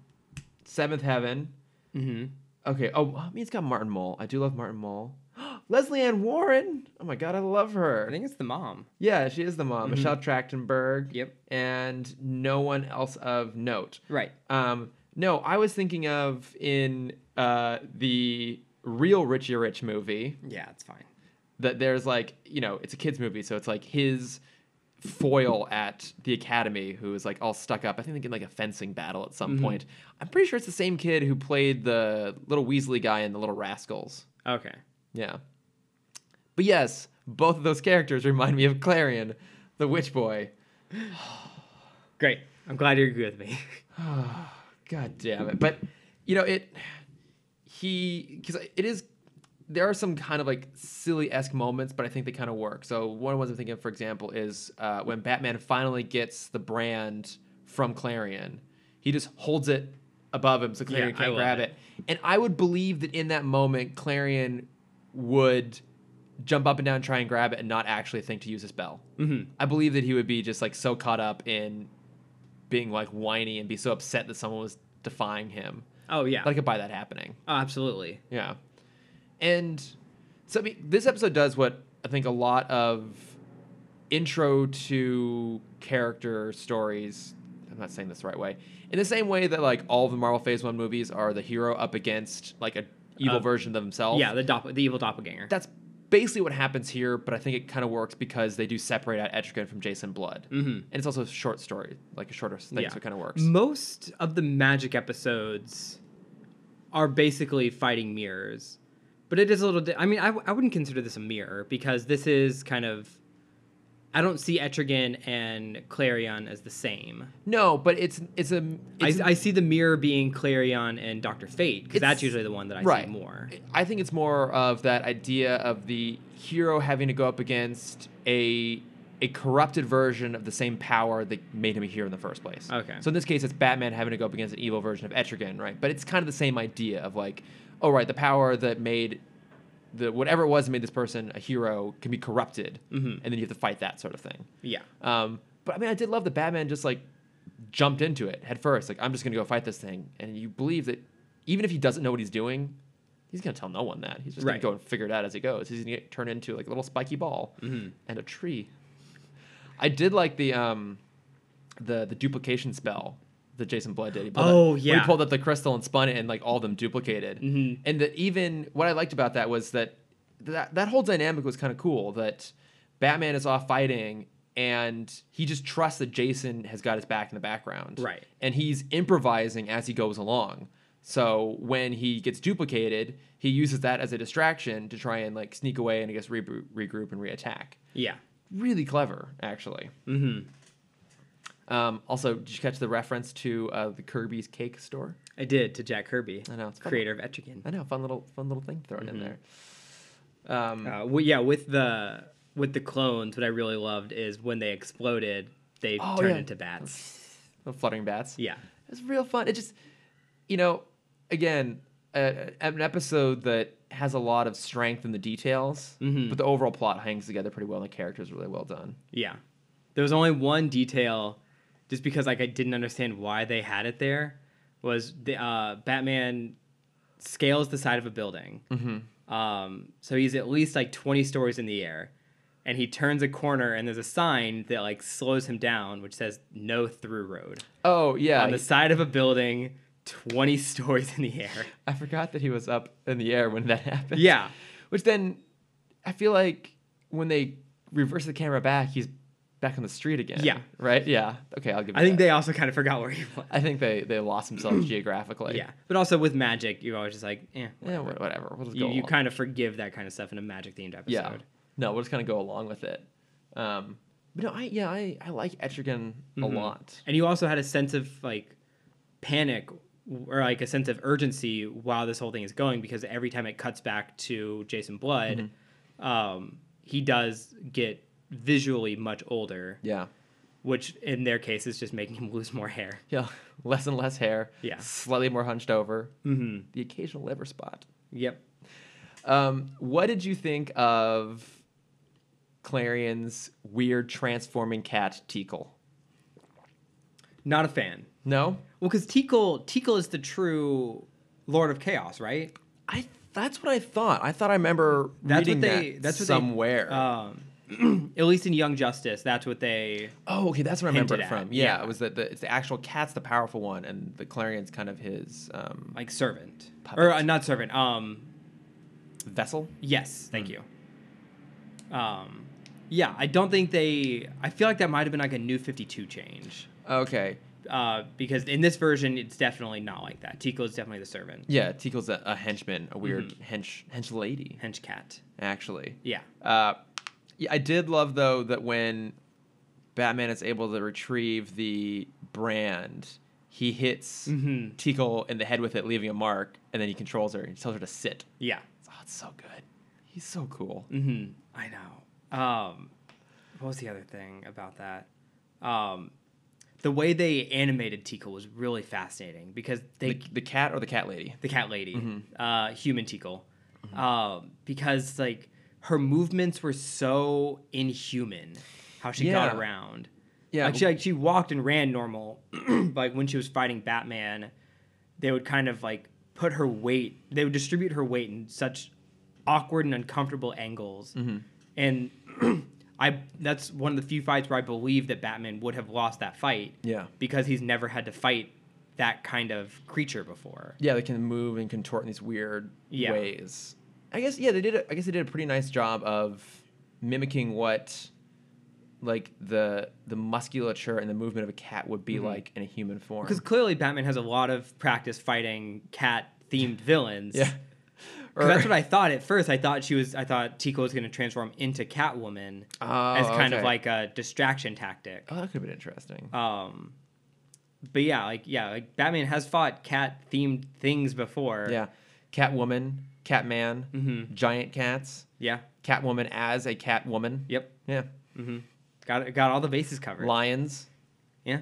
S1: seventh heaven
S2: Mm-hmm.
S1: okay oh i mean it's got martin mull i do love martin mull leslie ann warren oh my god i love her
S2: I think it's the mom.
S1: yeah she is the mom michelle trachtenberg
S2: Yep.
S1: and no one else of note
S2: Right.
S1: um, no, I was thinking of in uh, the real Richie Rich movie
S2: Yeah, it's fine.
S1: that there's like you know it's a kids movie, so it's like his foil at the academy who is like all stuck up. I think they get in, like a fencing battle at some point. I'm pretty sure it's the same kid who played the little Weasley guy in the Little Rascals.
S2: Okay.
S1: Yeah, but yes, both of those characters remind me of Clarion, the witch boy.
S2: Great. I'm glad you agree with me.
S1: God damn it. But, you know, it, he, because it is, there are some kind of like silly esque moments, but I think they kind of work. So, one of the ones I'm thinking of, for example, is uh, when Batman finally gets the brand from Clarion, he just holds it above him so Clarion
S2: Yeah, I
S1: can't
S2: love
S1: grab
S2: it.
S1: it. And I would believe that in that moment, Clarion would jump up and down, try and grab it, and not actually think to use his bell. Mm-hmm. I believe that he would be just like so caught up in being like whiny and be so upset that someone was defying him.
S2: oh yeah.
S1: But I could buy that happening.
S2: oh, absolutely.
S1: Yeah. And so I mean, this episode does what I think a lot of intro to character stories. I'm not saying this the right way. In the same way that like all of the Marvel Phase One movies are the hero up against like a evil
S2: Uh,
S1: version of themselves.
S2: Yeah, the doppel the evil doppelganger.
S1: that's basically what happens here. But I think it kind of works because they do separate out Etrigan from Jason Blood, mm-hmm. and it's also a short story, like a shorter thing,
S2: Yeah.
S1: so it kind of works.
S2: Most of the magic episodes are basically fighting mirrors. But it is a little. Di- I mean, I, w- I wouldn't consider this a mirror because this is kind of. I don't see Etrigan and Clarion as the same.
S1: No, but it's it's a
S2: I,
S1: it's,
S2: I see the mirror being Clarion and Doctor Fate because that's
S1: It's-
S2: usually the one that I
S1: right.
S2: see more.
S1: I think it's more of that idea of the hero having to go up against a a corrupted version of the same power that made him a hero in the first place.
S2: Okay.
S1: So in this case, it's Batman having to go up against an evil version of Etrigan, right? But it's kind of the same idea of like, oh right, the power that made the whatever it was that made this person a hero can be corrupted,
S2: Mm-hmm.
S1: and then you have to fight that sort of thing.
S2: Yeah.
S1: Um, but I mean, I did love that Batman just like jumped into it head first. Like, I'm just gonna go fight this thing, and you believe that even if he doesn't know what he's doing, he's gonna tell no one that. He's just
S2: Right.
S1: gonna go and figure it out as he goes. He's gonna get, turn into like a little spiky ball
S2: Mm-hmm.
S1: and a tree. I did like the um, the the duplication spell that Jason Blood did. He pulled
S2: Oh,
S1: out- when
S2: yeah.
S1: he pulled out the crystal and spun it, and like all of them duplicated. And that even what I liked about that was that that that whole dynamic was kind of cool. That Batman is off fighting, and he just trusts that Jason has got his back in the background,
S2: Right.
S1: And he's improvising as he goes along. So when he gets duplicated, he uses that as a distraction to try and like sneak away and I guess reboot, regroup, and reattack
S2: Yeah.
S1: really clever, actually. Mm-hmm. Um, also, did you catch the reference to uh, the Kirby's Cake Store?
S2: I did to Jack Kirby,
S1: I know, it's Mm-hmm. fun.
S2: creator of Etrigan.
S1: I know, fun little, fun little thing thrown
S2: Mm-hmm.
S1: in there. Um,
S2: Uh, well, yeah, with the with the clones, what I really loved is when they exploded, they
S1: Oh,
S2: turned
S1: yeah.
S2: into bats.
S1: little fluttering bats.
S2: Yeah.
S1: It's real fun. It just, you know, again, a, an episode that has a lot of strength in the details,
S2: Mm-hmm.
S1: but the overall plot hangs together pretty well, and the characters are really well done.
S2: Yeah. There was only one detail, just because like I didn't understand why they had it there, was the uh, Batman scales the side of a building. Mm-hmm. Um, so he's at least like 20 stories in the air. And he turns a corner and there's a sign that like slows him down, which says no through road
S1: Oh yeah,
S2: on the
S1: he-
S2: side of a building, 20 stories in the air.
S1: I forgot that he was up in the air when that happened.
S2: Yeah.
S1: Which then, I feel like when they reverse the camera back, he's back on the street again.
S2: Yeah.
S1: Right. Yeah. Okay, I'll give. You
S2: I think
S1: that.
S2: they also kind of forgot where he was.
S1: I think they they lost themselves geographically.
S2: Yeah. But also with magic, you're always just like, eh.
S1: Yeah. wha- Whatever. We'll just
S2: You,
S1: go.
S2: you
S1: along.
S2: kind of forgive that kind of stuff in a magic themed episode.
S1: Yeah. No, we'll just kind of go along with it. Um. But no, I yeah I I like Etrigan a lot.
S2: and you also had a sense of like panic or like a sense of urgency while this whole thing is going because every time it cuts back to Jason Blood,
S1: Mm-hmm.
S2: um, he does get visually much older,
S1: Yeah.
S2: which in their case is just making him lose more hair.
S1: Yeah. Less and less hair.
S2: Yeah.
S1: Slightly more hunched over. Mm-hmm. The occasional liver spot.
S2: Yep.
S1: Um, what did you think of Clarion's weird transforming cat Teakle?
S2: Not a fan.
S1: No,
S2: Well, because Tikal Tikal is the true Lord of Chaos, right?
S1: I. That's what I thought. I thought I remember
S2: That's
S1: reading
S2: what they.
S1: that
S2: that's what they-
S1: somewhere.
S2: um, at least in Young Justice, that's what they.
S1: oh, okay, that's what I remember
S2: hinted
S1: it from.
S2: at,
S1: Yeah,
S2: yeah.
S1: it was that the, it's the actual cat's the powerful one, and the Clarion's kind of his um,
S2: like servant or
S1: Puppet.
S2: uh, not servant um
S1: vessel.
S2: yes thank you um yeah i don't think they i feel like that might have been like a new 52 change
S1: Okay,
S2: uh because in this version it's definitely not like that tico is definitely the servant
S1: yeah, Teakle's a, a henchman, a weird hench hench lady,
S2: hench cat
S1: actually.
S2: yeah
S1: Uh, yeah, I did love though that when Batman is able to retrieve the brand, he hits
S2: Mhm.
S1: Teakle in the head with it, leaving a mark, and then he controls her and tells her to sit.
S2: yeah
S1: Oh, it's so good. He's so cool.
S2: mm-hmm i know um what was the other thing about that um the way they animated tico was really fascinating because they
S1: The, the cat or the cat lady?
S2: the cat lady,
S1: Mm-hmm.
S2: uh, human Tikal, um, because like her movements were so inhuman, how she got
S1: Yeah.
S2: around.
S1: Yeah.
S2: like she like she walked and ran normal, like when she was fighting Batman, they would kind of like put her weight, they would distribute her weight in such awkward and uncomfortable angles,
S1: Mm-hmm.
S2: and I that's one of the few fights where I believe that Batman would have lost that fight,
S1: Yeah.
S2: because he's never had to fight that kind of creature before.
S1: Yeah, they can move and contort in these weird
S2: Yeah.
S1: ways. I guess yeah, they did. A, I guess they did a pretty nice job of mimicking what like the the musculature and the movement of a cat would
S2: Mm-hmm.
S1: be like in a human form.
S2: Because clearly Batman has a lot of practice fighting cat themed villains.
S1: Yeah.
S2: 'Cause that's what I thought at first. I thought she was. I thought Tico was going to transform into Catwoman
S1: Oh,
S2: as kind of
S1: okay.
S2: like a distraction tactic.
S1: Oh, that could have been interesting.
S2: Um, but yeah, like yeah, like Batman has fought cat themed things before. Mm-hmm.
S1: yeah, Catwoman, Catman, giant cats,
S2: Yeah.
S1: Catwoman as a Catwoman.
S2: Yep. Mm-hmm.
S1: Yeah,
S2: Got got all the bases covered.
S1: lions.
S2: yeah.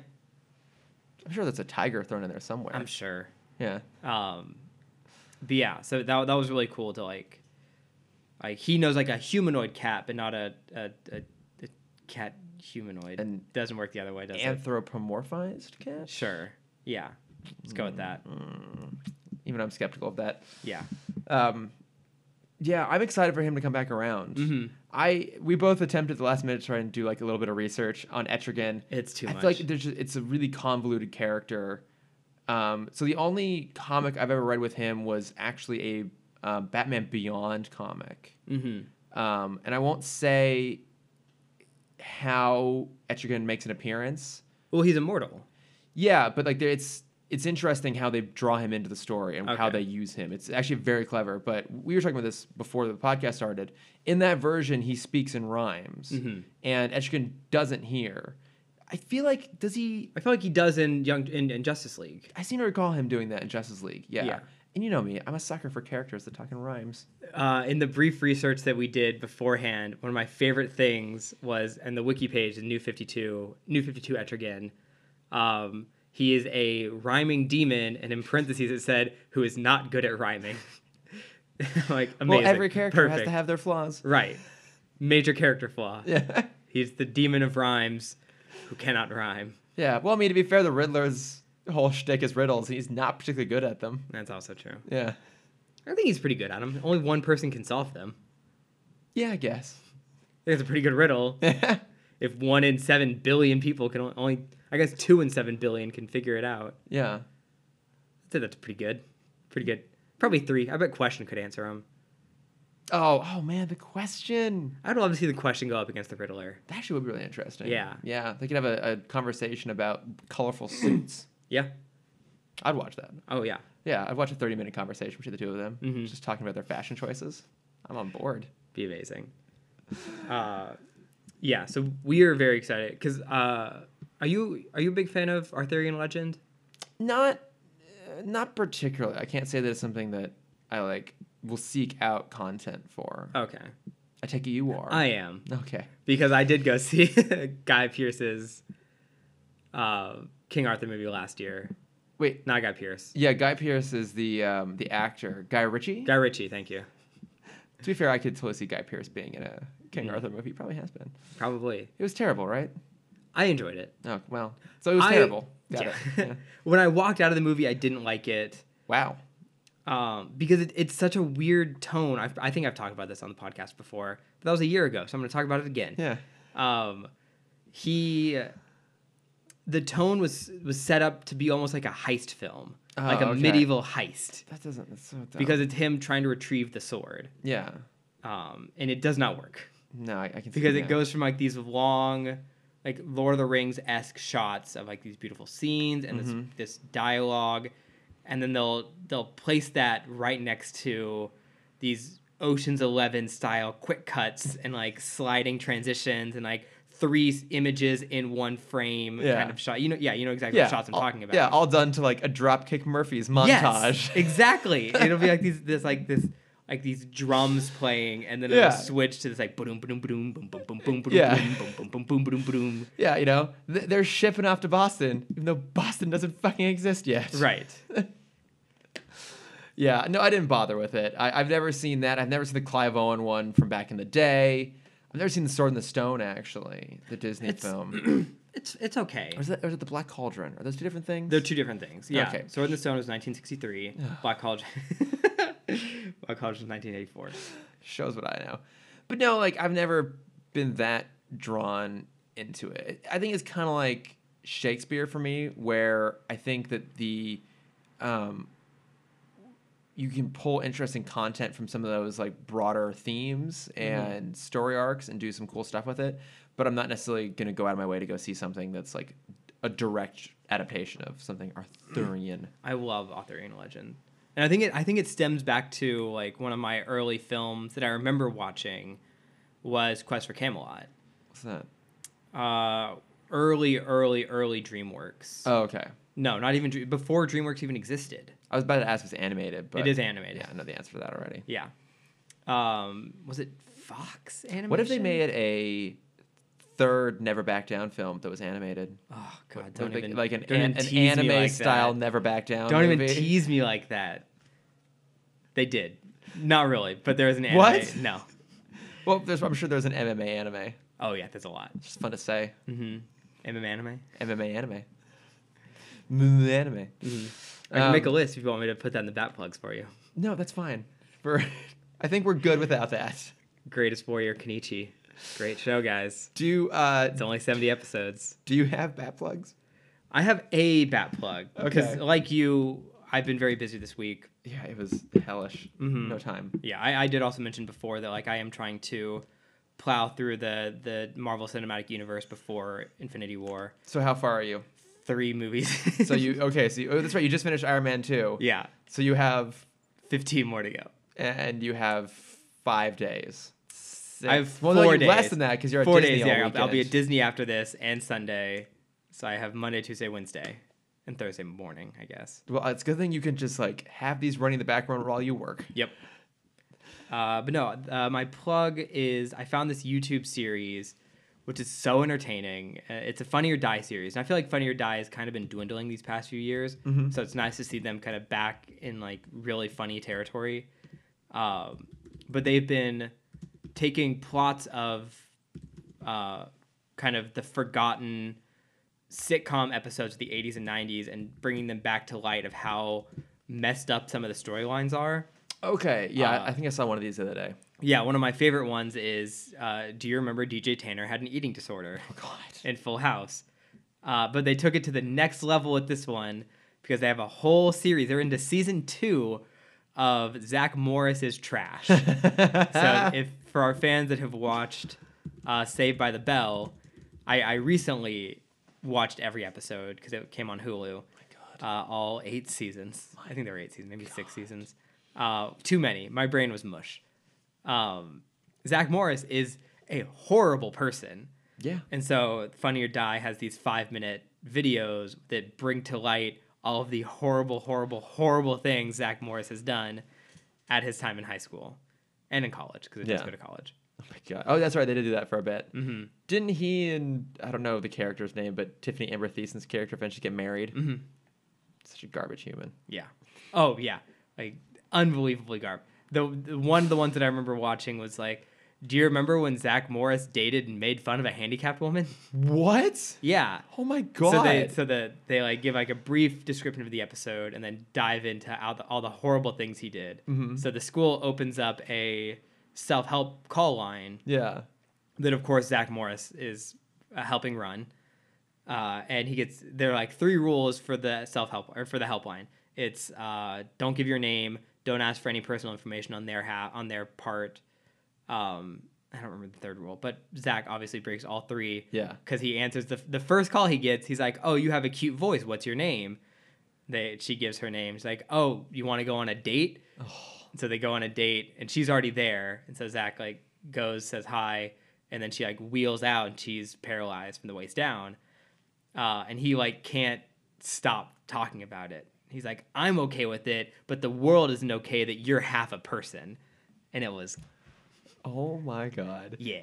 S1: I'm sure there's a tiger thrown in there somewhere.
S2: I'm sure.
S1: yeah,
S2: Um, but yeah, so that that was really cool to like, like he knows like a humanoid cat, but not a a, a, a cat humanoid.
S1: And-
S2: doesn't work the other way, does
S1: anthropomorphized cat.
S2: it? Sure. Yeah. Let's go with that.
S1: Mm. Even I'm skeptical of that.
S2: Yeah.
S1: Um, yeah, I'm excited for him to come back around.
S2: Mm-hmm.
S1: I we both attempted at the last minute to try and do like a little bit of research on Etrigan.
S2: It's too
S1: I
S2: much.
S1: feel like there's just, it's a really convoluted character. Um, so the only comic I've ever read with him was actually a um, Batman Beyond comic,
S2: mm-hmm.
S1: um, and I won't say how Etrigan makes an appearance.
S2: Well, he's immortal.
S1: Yeah, but like there- it's it's interesting how they draw him into the story and how
S2: Okay.
S1: they use him. It's actually very clever. But we were talking about this before the podcast started. In that version, he speaks in rhymes,
S2: Mm-hmm.
S1: and Etchigan doesn't hear. I feel like does he?
S2: I feel like he does in Young in, in Justice League.
S1: I seem to recall him doing that in Justice League. Yeah.
S2: Yeah.
S1: And you know me, I'm a sucker for characters that talk in rhymes.
S2: Uh, in the brief research that we did beforehand, one of my favorite things was and the wiki page in New Fifty Two, New Fifty Two Etrigan. Um, he is a rhyming demon, and in parentheses it said, "Who is not good at rhyming." like amazing.
S1: Well, every character
S2: Perfect.
S1: has to have their flaws.
S2: right. Major character flaw.
S1: Yeah.
S2: He's the demon of rhymes, who cannot rhyme.
S1: yeah. Well, I mean, to be fair, the Riddler's whole shtick is riddles. He's not particularly good at them.
S2: That's also true.
S1: Yeah.
S2: I think he's pretty good at them. Only one person can solve them.
S1: Yeah, I guess.
S2: I think it's a pretty good riddle. if one in seven billion people can on- only, I guess two in seven billion can figure it out.
S1: yeah.
S2: I'd say that's pretty good. Pretty good. Probably three. I bet question could answer them.
S1: Oh, oh man, the question.
S2: I'd love to see the question go up against the Riddler.
S1: That actually would be really interesting.
S2: Yeah.
S1: Yeah. They could have a, a conversation about colorful suits.
S2: Yeah.
S1: I'd watch that.
S2: Oh yeah.
S1: Yeah, I'd watch a 30 minute conversation between the two of them,
S2: Mm-hmm.
S1: just talking about their fashion choices. I'm on board.
S2: Be amazing. Uh, yeah. So we are very excited because uh, are you are you a big fan of Arthurian legend?
S1: Not uh, not particularly. I can't say that it's something that I like will seek out content for.
S2: Okay.
S1: I take it you are.
S2: I am.
S1: Okay.
S2: because I did go see Guy Pierce's uh, King Arthur movie last year.
S1: Wait.
S2: Not Guy Pierce.
S1: Yeah, Guy Pearce is the um, the actor. Guy Ritchie?
S2: Guy Ritchie, thank you.
S1: to be fair, I could totally see Guy Pearce being in a King
S2: Mm-hmm.
S1: Arthur movie. Probably has been.
S2: Probably.
S1: It was terrible, right?
S2: I enjoyed it.
S1: Oh well, so it was
S2: I-
S1: terrible. Got
S2: Yeah.
S1: it. Yeah.
S2: when I walked out of the movie, I didn't like it
S1: Wow.
S2: um, because it, it's such a weird tone. I've, I think I've talked about this on the podcast before, but that was a year ago, so I'm going to talk about it again.
S1: Yeah.
S2: um, he the tone was was set up to be almost like a heist film,
S1: Oh,
S2: like a
S1: okay. Oh.
S2: medieval heist,
S1: That doesn't. That's so dumb.
S2: because it's him trying to retrieve the sword.
S1: yeah.
S2: um, and it does not work
S1: No, I, I can see
S2: because
S1: yeah.
S2: it goes from like these long, like Lord of the Rings esque shots of like these beautiful scenes and
S1: Mm-hmm.
S2: this this dialogue, and then they'll they'll place that right next to these Ocean's Eleven style quick cuts and like sliding transitions and like three s- images in one frame
S1: Yeah.
S2: kind of shot. You know, yeah, you know exactly
S1: Yeah.
S2: what shots I'm
S1: all-
S2: talking about.
S1: Yeah, all done to like a Dropkick Murphys montage.
S2: Yes, exactly. It'll be like these, this, like this, like these drums playing, and then
S1: Yeah.
S2: it'll switch to this like boom, boom, boom, boom, boom, boom, boom, boom,
S1: Yeah.
S2: boom, boom, boom, boom, boom.
S1: yeah, you know Th- they're shipping off to Boston, even though Boston doesn't fucking exist yet.
S2: Right.
S1: Yeah. No, I didn't bother with it. I, I've never seen that. I've never seen the Clive Owen one from back in the day. I've never seen the Sword in the Stone actually, the Disney
S2: It's-
S1: film.
S2: It's it's okay.
S1: Or is, that, or is it the Black Cauldron? Are those two different things?
S2: They're two different things. Yeah.
S1: Okay.
S2: Sword in the Stone was 1963. Black College. Black College was 1984.
S1: shows what I know. But no, like I've never been that drawn into it. I think it's kind of like Shakespeare for me, where I think that the um, you can pull interesting content from some of those like broader themes
S2: Mm-hmm.
S1: and story arcs and do some cool stuff with it. But I'm not necessarily going to go out of my way to go see something that's like a direct adaptation of something Arthurian.
S2: I love Arthurian legend. and I think it I think it stems back to like one of my early films that I remember watching was Quest for Camelot.
S1: What's that?
S2: Uh, early, early, early DreamWorks.
S1: Oh, okay.
S2: no, not even Dr- before DreamWorks even existed.
S1: I was about to ask if it's animated, but
S2: it is animated.
S1: Yeah, I know the answer to that already.
S2: Yeah. Um, was it Fox animation?
S1: What if they made a third Never Back Down film that was animated?
S2: Oh God!
S1: Would
S2: Don't
S1: they-
S2: even
S1: like an,
S2: don't even
S1: an, an
S2: tease me
S1: anime
S2: like
S1: style
S2: that.
S1: Never Back Down.
S2: Don't even
S1: movie?
S2: tease me like that. They did. Not really, but there was an anime.
S1: What?
S2: No.
S1: Well, there's, I'm sure there's an MMA anime.
S2: Oh yeah, that's a lot.
S1: It's just fun to say.
S2: Mm-hmm. MM anime.
S1: MMA anime. Mm, Anime.
S2: Mm-hmm. I can
S1: Um,
S2: make a list if you want me to put that in the bat plugs for you.
S1: No, that's fine. For I think we're good without that.
S2: Greatest Warrior Kenichi. Great show, guys.
S1: Do you uh,
S2: It's only 70 episodes.
S1: do you have bat plugs?
S2: I have a bat plug. Because,
S1: Okay.
S2: like you, I've been very busy this week.
S1: Yeah, it was hellish.
S2: Mhm.
S1: No time.
S2: Yeah, I, I did also mention before that like I am trying to plow through the the Marvel Cinematic Universe before Infinity War.
S1: So how far are you?
S2: Three movies.
S1: So you okay? So you, oh, that's right. You just finished Iron Man two.
S2: yeah,
S1: So you have
S2: fifteen more to go.
S1: and you have five days. Six.
S2: I have
S1: well,
S2: four
S1: no, you-
S2: days.
S1: Less than that because you're at
S2: Four
S1: Disney
S2: days.
S1: all
S2: Yeah, I'll, I'll be at
S1: weekend.
S2: Disney after this and Sunday. So I have Monday, Tuesday, Wednesday, and Thursday morning. I guess.
S1: Well, it's a good thing you can just like have these running in the background while you work.
S2: Yep. Uh, but no, uh, my plug is I found this YouTube series, which is so entertaining. Uh, it's a Funny or Die series, and I feel like Funny or Die has kind of been dwindling these past few years. So it's nice to see them kind of back in like really funny territory. Um, but they've been taking plots of uh, kind of the forgotten sitcom episodes of the 80s and 90s and bringing them back to light of how messed up some of the storylines are.
S1: Okay. Yeah,
S2: Uh,
S1: I I think I saw one of these the other day.
S2: Yeah, one of my favorite ones is uh, Do you remember DJ Tanner had an eating disorder
S1: Oh God.
S2: in Full House? Uh, but they took it to the next level with this one because they have a whole series. They're into season two of Zach Morris's Trash. so, if for our fans that have watched uh, Saved by the Bell, I, I recently watched every episode because it came on Hulu
S1: God.
S2: uh, all eight seasons. I think there were eight seasons, maybe six seasons. Uh, too many. My brain was mush. Um, Zach Morris is a horrible person.
S1: Yeah.
S2: And so Funny or Die has these five minute videos that bring to light all of the horrible, horrible, horrible things Zach Morris has done at his time in high school and in college because he does
S1: Yeah.
S2: go to college.
S1: Oh my God. Oh, that's right. They did do that for a bit. Didn't he and I don't know the character's name, but Tiffany Amber Thiessen's character eventually get married? Such a garbage human.
S2: Yeah. Oh yeah. Like unbelievably garb. The, the one of the ones that I remember watching was like, do you remember when Zach Morris dated and made fun of a handicapped woman?
S1: What?
S2: yeah.
S1: Oh my God.
S2: So they so that they like give like a brief description of the episode and then dive into all the, all the horrible things he did.
S1: Mm-hmm.
S2: So the school opens up a self help call line
S1: yeah.
S2: that of course Zach Morris is uh, helping run, uh, and he gets there are like three rules for the self help or for the helpline. It's uh, don't give your name, don't ask for any personal information on their ha- on their part. Um, I don't remember the third rule, but Zach obviously breaks all three.
S1: Yeah.
S2: because he answers the the first call he gets. He's like, "Oh, you have a cute voice. What's your name?" They she gives her name. She's like, "Oh, you want to go on a date?" so they go on a date and she's already there and so zach like goes says hi and then she like wheels out and she's paralyzed from the waist down uh, and he like can't stop talking about it he's like i'm okay with it but the world isn't okay that you're half a person and it was
S1: Oh my God.
S2: yeah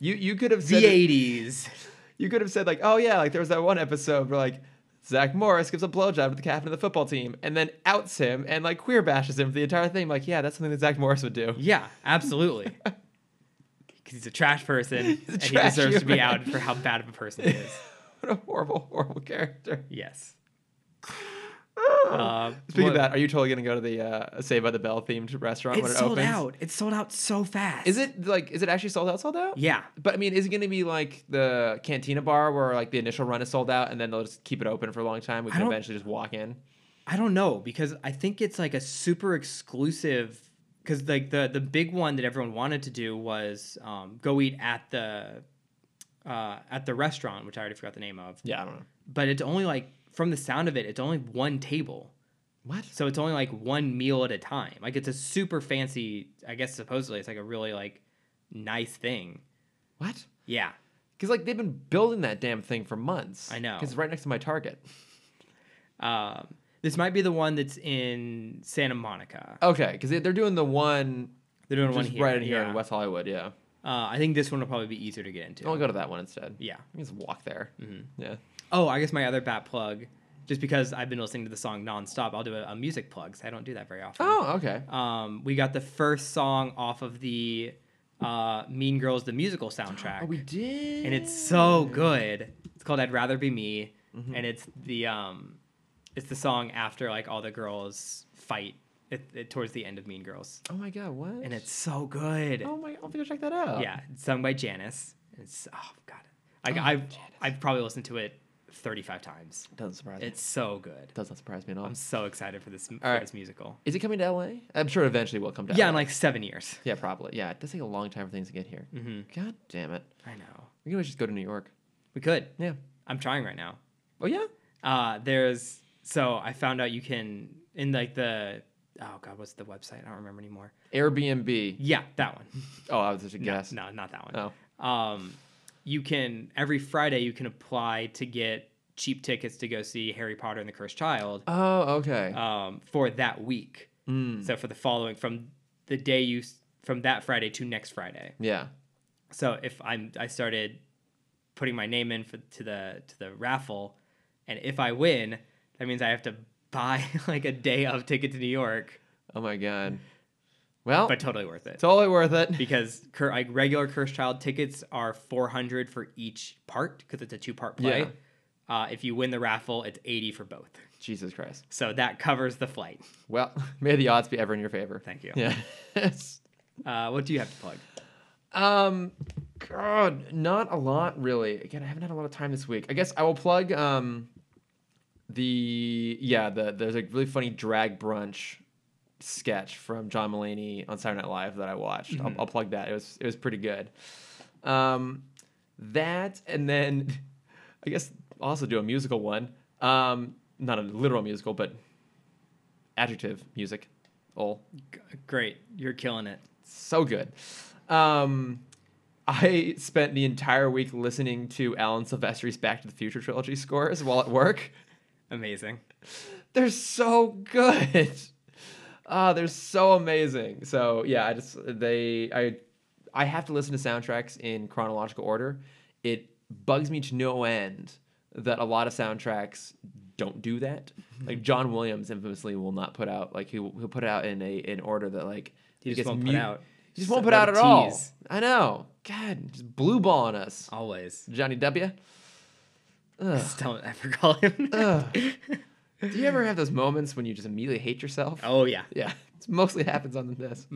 S1: You you could have said
S2: the 80s
S1: you could have said like, oh yeah, like there was that one episode where like Zach Morris gives a blowjob to the captain of the football team and then outs him and like queer bashes him for the entire thing. Like, yeah, that's something that Zach Morris would do.
S2: yeah absolutely because he's a trash person
S1: a
S2: and
S1: trash
S2: he deserves to be
S1: human.
S2: out for how bad of a person he is
S1: what a horrible, horrible character.
S2: yes uh,
S1: Speaking
S2: what-
S1: of that, are you totally gonna go to the uh, Save by the Bell themed restaurant when it
S2: It's sold
S1: opens?
S2: out. It's sold out so fast.
S1: Is it like is it actually sold out? Sold out?
S2: Yeah.
S1: But I mean, is it gonna be like the Cantina Bar where like the initial run is sold out and then they'll just keep it open for a long time? We can
S2: don't-
S1: eventually just walk in.
S2: I don't know because I think it's like a super exclusive because like the the big one that everyone wanted to do was um, go eat at the uh, at the restaurant, which I already forgot the name of.
S1: Yeah, I don't know.
S2: But it's only like from the sound of it, it's only one table.
S1: What?
S2: So it's only like one meal at a time. Like it's a super fancy, I guess supposedly it's like a really like nice thing.
S1: What?
S2: Yeah.
S1: Because like they've been building that damn thing for months.
S2: I know.
S1: Because it's right next to my Target.
S2: Um, this might be the one that's in Santa Monica.
S1: Okay, because they're doing the one
S2: They're doing
S1: just
S2: one here.
S1: right in here
S2: yeah.
S1: in West Hollywood. Yeah,
S2: Uh, I think this one will probably be easier to get into.
S1: I'll go to that one instead.
S2: Yeah.
S1: I can just walk there. Yeah.
S2: Oh, I guess my other bat plug, just because I've been listening to the song nonstop, I'll do a, a music plug. 'cause I don't do that very often.
S1: Oh, okay.
S2: Um, we got the first song off of the uh, Mean Girls the musical soundtrack,
S1: Oh, we did.
S2: and it's so good. It's called "I'd Rather Be Me," and it's the um, it's the song after like all the girls fight it, it, towards the end of Mean Girls,
S1: Oh my god, what?
S2: and it's so good.
S1: Oh my, I'll have to go check that out.
S2: Yeah, it's sung by Janice. It's oh god, I, I've I've probably listened to it thirty five times.
S1: Doesn't surprise me.
S2: It's so good.
S1: Does not surprise me at all.
S2: I'm so excited for this, for
S1: right.
S2: this musical.
S1: Is it coming to LA? I'm sure eventually we'll come to.
S2: Yeah,
S1: LA.
S2: in like seven years.
S1: Yeah, probably. Yeah, it does take a long time for things to get here.
S2: Mm-hmm.
S1: God damn it.
S2: I know.
S1: We can always just go to New York.
S2: We could.
S1: Yeah.
S2: I'm trying right now.
S1: Oh yeah.
S2: Uh, there's so I found out you can in like the oh god, what's the website? I don't remember anymore.
S1: Airbnb.
S2: Yeah, that one.
S1: Oh, I was just a guess. Oh.
S2: No, not that one. Um, you can every Friday you can apply to get cheap tickets to go see Harry Potter and the Cursed Child.
S1: Oh. Oh, okay.
S2: um, for that week. So for the following, from the day you, s- from that Friday to next Friday.
S1: yeah.
S2: So if I'm, I started putting my name in for to the to the raffle, and if I win, that means I have to buy like a day of ticket to New York,
S1: Oh my god. Well,
S2: but totally worth it
S1: totally worth it.
S2: because cur- like regular Cursed Child tickets are 400 for each part because it's a two part play.
S1: Yeah.
S2: Uh, if you win the raffle, it's 80 for both.
S1: Jesus Christ.
S2: So that covers the flight.
S1: Well, may the odds be ever in your favor.
S2: Thank you.
S1: Yeah.
S2: Uh, what do you have to plug?
S1: um, God, not a lot really. Again, I haven't had a lot of time this week. I guess I will plug um, the yeah the there's a really funny drag brunch sketch from John Mulaney on Saturday Night Live that I watched. I'll, I'll plug that. It was it was pretty good. Um, that and then I guess I'll also do a musical one. Um, not a literal musical, but adjective music. Oh.
S2: G- Great, you're killing it.
S1: so good. Um, I spent the entire week listening to Alan Silvestri's Back to the Future trilogy scores while at work.
S2: Amazing.
S1: They're so good. Ah, they're so amazing. So yeah, I just they I I have to listen to soundtracks in chronological order. It bugs me to no end that a lot of soundtracks don't do that. Like John Williams infamously will not put out like he will he'll put it out in a in order that like
S2: He
S1: it
S2: just
S1: gets
S2: won't put
S1: mu-
S2: out.
S1: He just
S2: So
S1: won't put out
S2: what a
S1: at all.
S2: tease.
S1: I know. God, just blue balling us.
S2: Always.
S1: Johnny W. Ugh.
S2: Just don't ever call him.
S1: Ugh. Do you ever have those moments when you just immediately hate yourself?
S2: oh yeah.
S1: Yeah, it mostly happens on this.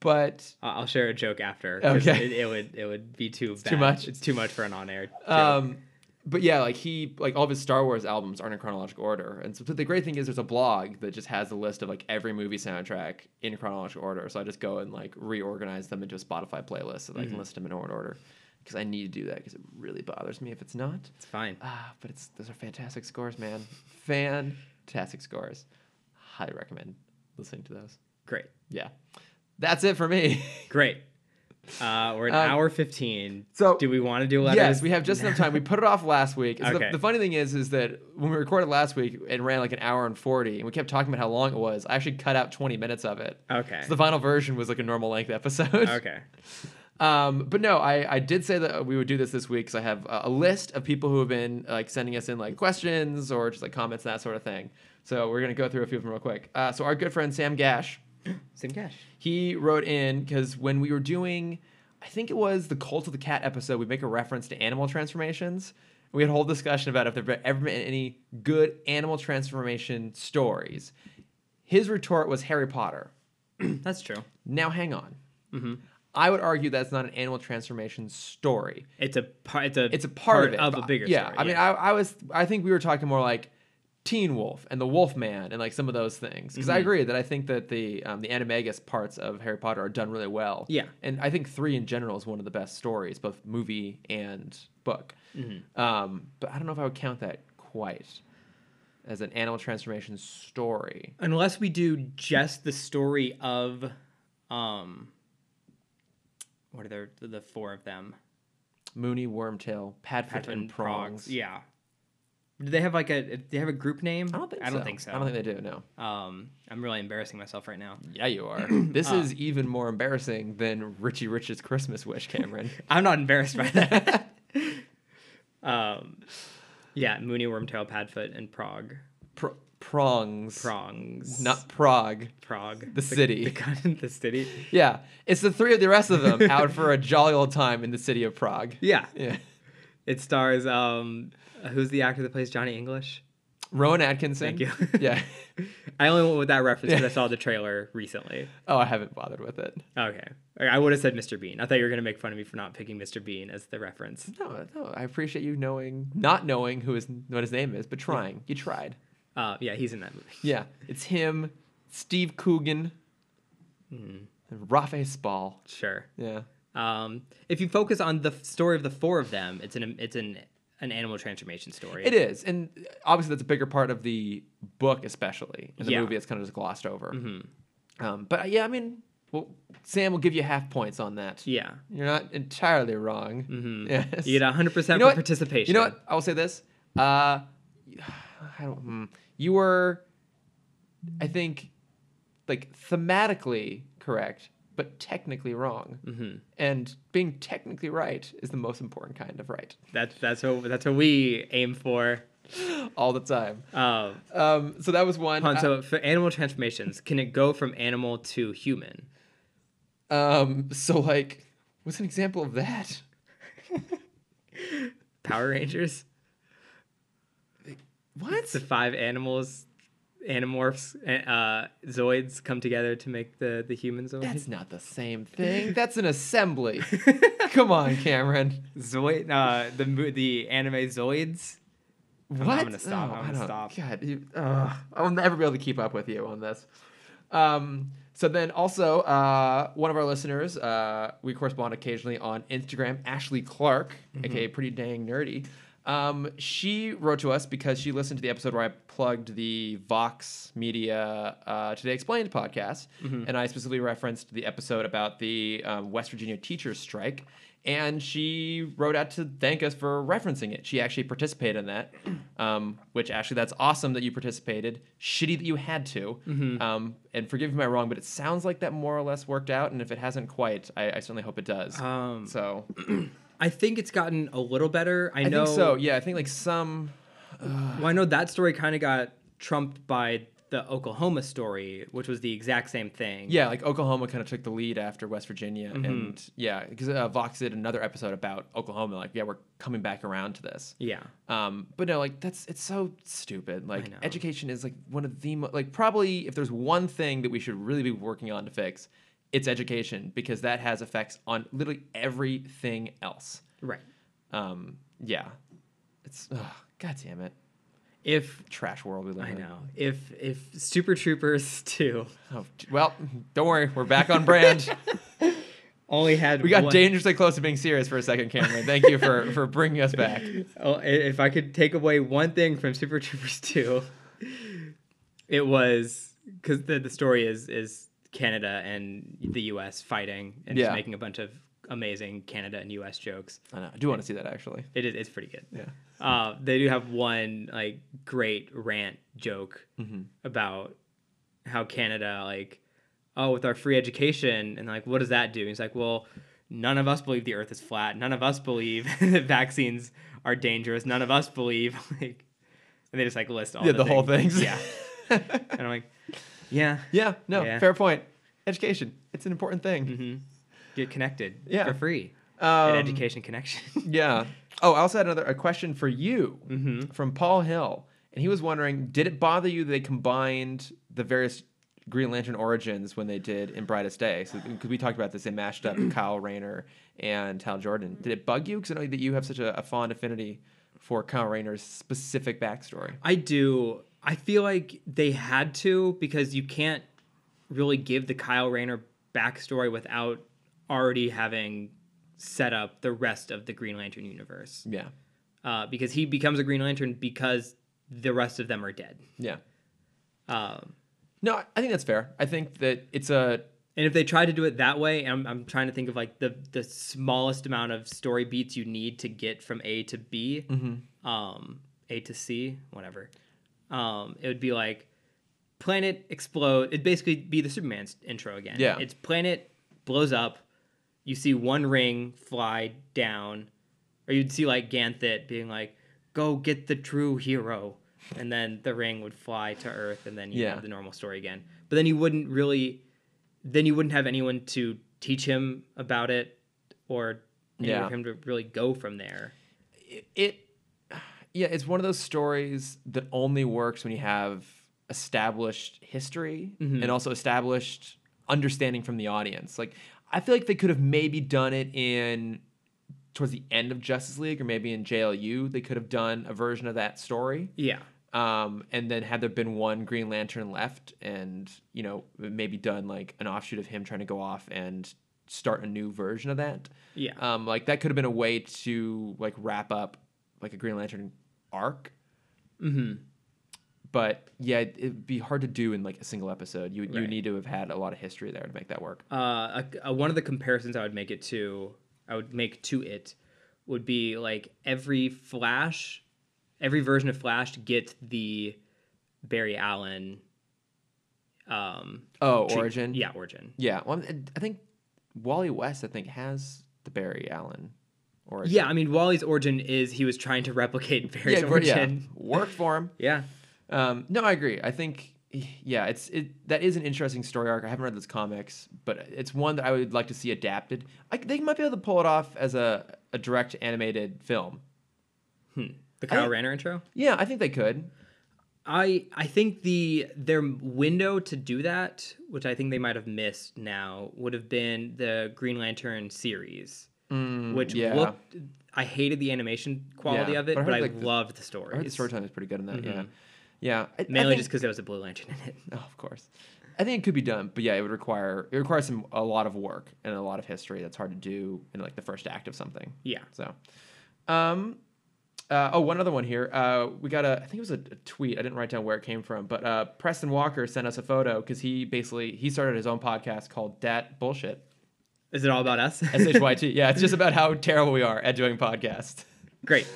S1: But
S2: I- I'll share a joke after. 'cause
S1: Okay.
S2: It, it would it would be too bad.
S1: too much?
S2: It's too much for an on-air. Joke.
S1: um, but yeah, like he like all of his Star Wars albums aren't in chronological order, and so but the great thing is there's a blog that just has a list of like every movie soundtrack in chronological order. So I just go and like reorganize them into a Spotify playlist so that I can list them in order because I need to do that because it really bothers me if it's not.
S2: it's fine.
S1: Ah, but it's those are fantastic scores, man. Fantastic scores. Highly recommend listening to those.
S2: Great.
S1: Yeah, that's it for me.
S2: Great. Uh, we're an
S1: Um,
S2: hour fifteen.
S1: so-
S2: do we want to do letters?
S1: Yes, we have just enough time. We put it off last week. It's the-
S2: Okay.
S1: the, funny thing is, is that when we recorded last week, it ran like an hour and forty, and we kept talking about how long it was. I actually cut out twenty minutes of it.
S2: Okay.
S1: So the final version was like a normal length episode.
S2: okay.
S1: Um, but no, I, I did say that we would do this this week because I have a, a list of people who have been like sending us in like questions or just like comments and that sort of thing. So we're gonna go through a few of them real quick. Uh, so our good friend Sam Gash,
S2: Sim Cash.
S1: he wrote in because when we were doing, I think it was the Cult of the Cat episode, we make a reference to animal transformations. We had a whole discussion about if there ever been any good animal transformation stories. His retort was Harry Potter.
S2: That's true.
S1: Now, hang on. I would argue that's not an animal transformation story.
S2: It's a part. It's a.
S1: It's a part, of it. but-
S2: a bigger.
S1: yeah,
S2: story,
S1: I mean, I, I was. I think we were talking more like Teen Wolf and the Wolf Man and like some of those things.
S2: Mm-hmm.
S1: Because I agree that I think that the um, the animagus parts of Harry Potter are done really well.
S2: Yeah.
S1: and I think three in general is one of the best stories, both
S2: Mm-hmm.
S1: movie and book. Um, but I don't know if I would count that quite. as an animal transformation story.
S2: unless we do just the story of um what are the the four of them
S1: Mooney, Wormtail, Padfoot, and Prongs.
S2: yeah do they have like a do they have a group name
S1: I don't think
S2: i don't
S1: so.
S2: think so
S1: I don't think they do, no.
S2: um i'm really embarrassing myself right now
S1: Yeah, you are. this is even more embarrassing than Richie Rich's Christmas wish, Cameron.
S2: i'm not embarrassed by that um yeah mooney wormtail padfoot and prog
S1: Pr- prongs.
S2: prongs
S1: Not Prague.
S2: prog the,
S1: city.
S2: the, con- the city
S1: Yeah. It's the three of the rest of them out for a jolly old time in the city of Prague.
S2: yeah
S1: Yeah.
S2: it stars um who's the actor that plays johnny english
S1: Rowan Atkinson.
S2: Thank you.
S1: yeah.
S2: I only went with that reference because
S1: Yeah.
S2: I saw the trailer recently.
S1: Oh, I haven't bothered with it.
S2: Okay. I I would have said Mr. Bean. I thought you were going to make fun of me for not picking Mr. Bean as the reference.
S1: No, no. I appreciate you knowing, not knowing who his what his name is, but trying. You tried.
S2: Uh, yeah, he's in that movie.
S1: Yeah. It's him, Steve Coogan, and Rafe Spall.
S2: Sure.
S1: Yeah.
S2: Um, if you focus on the f- story of the four of them, it's an it's an an animal transformation story.
S1: It is, and obviously that's a bigger part of the book, especially in the
S2: Yeah.
S1: movie. It's kind of just glossed over. Um, but uh, yeah, I mean, well, Sam will give you half points on that.
S2: Yeah.
S1: You're not entirely wrong. Yes.
S2: You get 100%
S1: You know
S2: for
S1: what?
S2: participation.
S1: You know what? I will say this. Uh, I don't. hmm. You were, I think, like thematically correct, but technically wrong. Mm-hmm. And being technically right is the most important kind of right,
S2: That's that's what that's what we aim for.
S1: all the time.
S2: Um,
S1: Um, so that was one.
S2: Han, so for animal transformations, can it go from animal to human?
S1: Um, so like, what's an example of that?
S2: Power Rangers?
S1: What?
S2: the five animals animorphs uh zoids come together to make the the human zoid
S1: That's not the same thing. That's an assembly. Come on, Cameron.
S2: zoid uh the mo- the anime zoids
S1: What?
S2: I'm gonna stop.
S1: Oh,
S2: I'm
S1: I
S2: gonna
S1: don't-
S2: stop.
S1: God, you, ugh. I'll never be able to keep up with you on this. Um, so then also, uh, one of our listeners, uh, we correspond occasionally on Instagram, Ashley Clark,
S2: Mm-hmm.
S1: aka Pretty Dang Nerdy. Um, she wrote to us because she listened to the episode where I plugged the Vox Media uh, Today Explained podcast,
S2: Mm-hmm.
S1: and I specifically referenced the episode about the um, West Virginia teachers strike. And she wrote out to thank us for referencing it. She actually participated in that, um, which actually that's awesome that you participated. Shitty that you had to. Um, and forgive me if I'm wrong, but it sounds like that more or less worked out. And if it hasn't quite, I, I certainly hope it does.
S2: Um,
S1: so
S2: i think it's gotten a little better i,
S1: I
S2: know
S1: think so. Yeah, I think like some.
S2: well, i know that story kind of got trumped by the oklahoma story which was the exact same thing
S1: Yeah, like Oklahoma kind of took the lead after West Virginia, and yeah, because uh, Vox did another episode about Oklahoma. Like, yeah, we're coming back around to this.
S2: yeah
S1: Um, but no, like that's it's so stupid. Like
S2: know.
S1: education is like one of the mo- like probably if there's one thing that we should really be working on to fix, it's education because that has effects on literally everything else.
S2: right
S1: Um, yeah, it's ugh, god damn it,
S2: if
S1: trash world we live
S2: i
S1: in.
S2: know if if super troopers 2
S1: Oh, d- well, don't worry, we're back on brand.
S2: only had
S1: we got
S2: one-
S1: dangerously close to being serious for a second, Cameron. Thank you for for bringing us back.
S2: Oh, i- if I could take away one thing from Super Troopers 2, it was because the, the story is is Canada and the U.S. fighting and
S1: Yeah.
S2: just making a bunch of amazing Canada and U.S. jokes.
S1: I know. I do want to see that actually.
S2: It is it's pretty good.
S1: Yeah.
S2: Uh, they do have one like great rant joke
S1: Mm-hmm.
S2: about how Canada like oh with our free education and like what does that do? And he's like, well, none of us believe the Earth is flat. None of us believe that vaccines are dangerous. None of us believe like, and they just like list all
S1: yeah,
S2: the,
S1: the whole
S2: things.
S1: things.
S2: Yeah, and I'm like, yeah,
S1: Yeah, no,
S2: Yeah.
S1: fair point. Education, it's an important thing.
S2: get connected
S1: Yeah.
S2: for free.
S1: Um,
S2: An education connection.
S1: Yeah. Oh, I also had another a question for you
S2: Mm-hmm.
S1: from Paul Hill, and he was wondering, did it bother you that they combined the various Green Lantern origins when they did in Brightest Day? So because we talked about this, they mashed up Kyle Rayner and Hal Jordan. Did it bug you? Because I know that you have such a, a fond affinity for Kyle Rayner's specific backstory.
S2: I do. I feel like they had to because you can't really give the Kyle Rayner backstory without already having set up the rest of the Green Lantern universe.
S1: Yeah.
S2: Uh, because he becomes a Green Lantern because the rest of them are dead.
S1: Yeah.
S2: Um,
S1: No, I- I think that's fair. I think that it's a
S2: and if they try to do it that way, I'm, I'm trying to think of like the the smallest amount of story beats you need to get from A to B,
S1: Mm-hmm.
S2: um, A to C, whatever. Um, it would be like planet explode. It'd basically be the Superman's intro again.
S1: Yeah.
S2: it's planet blows up. You see one ring fly down, or you'd see like Ganthet being like, "Go get the true hero," and then the ring would fly to Earth, and then you
S1: Yeah.
S2: have the normal story again. But then you wouldn't really then you wouldn't have anyone to teach him about it or anywhere
S1: Yeah.
S2: for him to really go from there.
S1: it, it yeah it's one of those stories that only works when you have established history and also established understanding from the audience like i feel like they could have maybe done it in towards the end of justice league or maybe in jlu they could have done a version of that story
S2: Yeah.
S1: um, and then had there been one green lantern left and you know maybe done like an offshoot of him trying to go off and start a new version of that
S2: Yeah.
S1: um, like that could have been a way to like wrap up like a Green Lantern arc. Mm-hmm. But yeah, it, it'd be hard to do in like a single episode. You you
S2: Right.
S1: need to have had a lot of history there to make that work.
S2: Uh, a, a, one of the comparisons I would make it to, I would make to it, would be like every Flash, every version of Flash gets the Barry Allen. Um,
S1: Oh,
S2: treat-
S1: origin.
S2: Yeah, origin.
S1: yeah. Well, I'm- I think Wally West, I think, has the Barry Allen origin.
S2: Yeah, I mean Wally's origin is he was trying to replicate Barry's
S1: yeah, but- yeah.
S2: origin.
S1: Worked for him.
S2: Yeah.
S1: Um, no, I agree. I think yeah, it's it that is an interesting story arc. I haven't read those comics, but it's one that I would like to see adapted. I, they might be able to pull it off as a, a direct animated film.
S2: The Kyle
S1: I-
S2: Ranner intro.
S1: Yeah, I think they could.
S2: I I think the their window to do that, which I think they might have missed now, would have been the Green Lantern series, which
S1: Mm, yeah.
S2: looked. I hated the animation quality
S1: Yeah,
S2: of it,
S1: but I
S2: but I,
S1: heard, like, the-
S2: loved
S1: I heard
S2: the
S1: the
S2: stories.
S1: storytelling is pretty good in that. Yeah, yeah. I, I
S2: Mm-hmm. Mainly
S1: think-
S2: just because there was a Blue Lantern in it.
S1: oh, of course. I think it could be done, but yeah, it would require it requires some a lot of work and a lot of history that's hard to do in like the first act of something.
S2: Yeah.
S1: So, um, uh, oh, one other one here. Uh, we got a, I think it was a, a tweet. I didn't write down where it came from, but uh, Preston Walker sent us a photo because he basically he started his own podcast called Dat Bullshit.
S2: Is it all about us?
S1: S H Y T. Yeah, it's just about how terrible we are at doing podcasts.
S2: Great.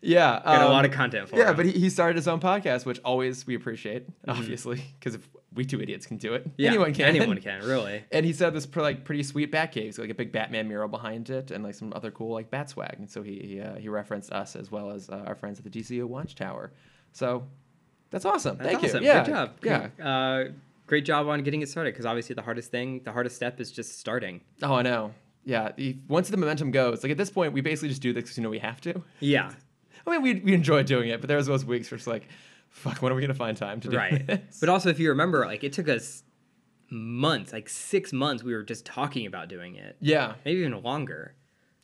S1: Yeah,
S2: Got a
S1: um,
S2: lot of content for.
S1: Yeah,
S2: him. Mm-hmm.
S1: but he, he started his own podcast, which always we appreciate, obviously, because if we two idiots can do it,
S2: Yeah,
S1: anyone can.
S2: Anyone can really.
S1: And he said this pr- like pretty sweet bat cave, so like a big Batman mural behind it, and like some other cool like bat swag. And so he he, uh, he referenced us as well as uh, our friends at the DCO Watchtower. So that's awesome.
S2: That's
S1: Thank
S2: awesome.
S1: you. Yeah.
S2: Good job.
S1: Yeah.
S2: Uh, great job on getting it started. Because obviously the hardest thing, the hardest step is just starting.
S1: Oh, I know. Yeah. the- once the momentum goes, like at this point, we basically just do this 'cause, you know we have to.
S2: Yeah.
S1: I mean, we we enjoy doing it, but there was those weeks where it's like, fuck, when are we gonna find time to do
S2: right
S1: this?
S2: but also if you remember like it took us months like six months we were just talking about doing it
S1: yeah.
S2: maybe even longer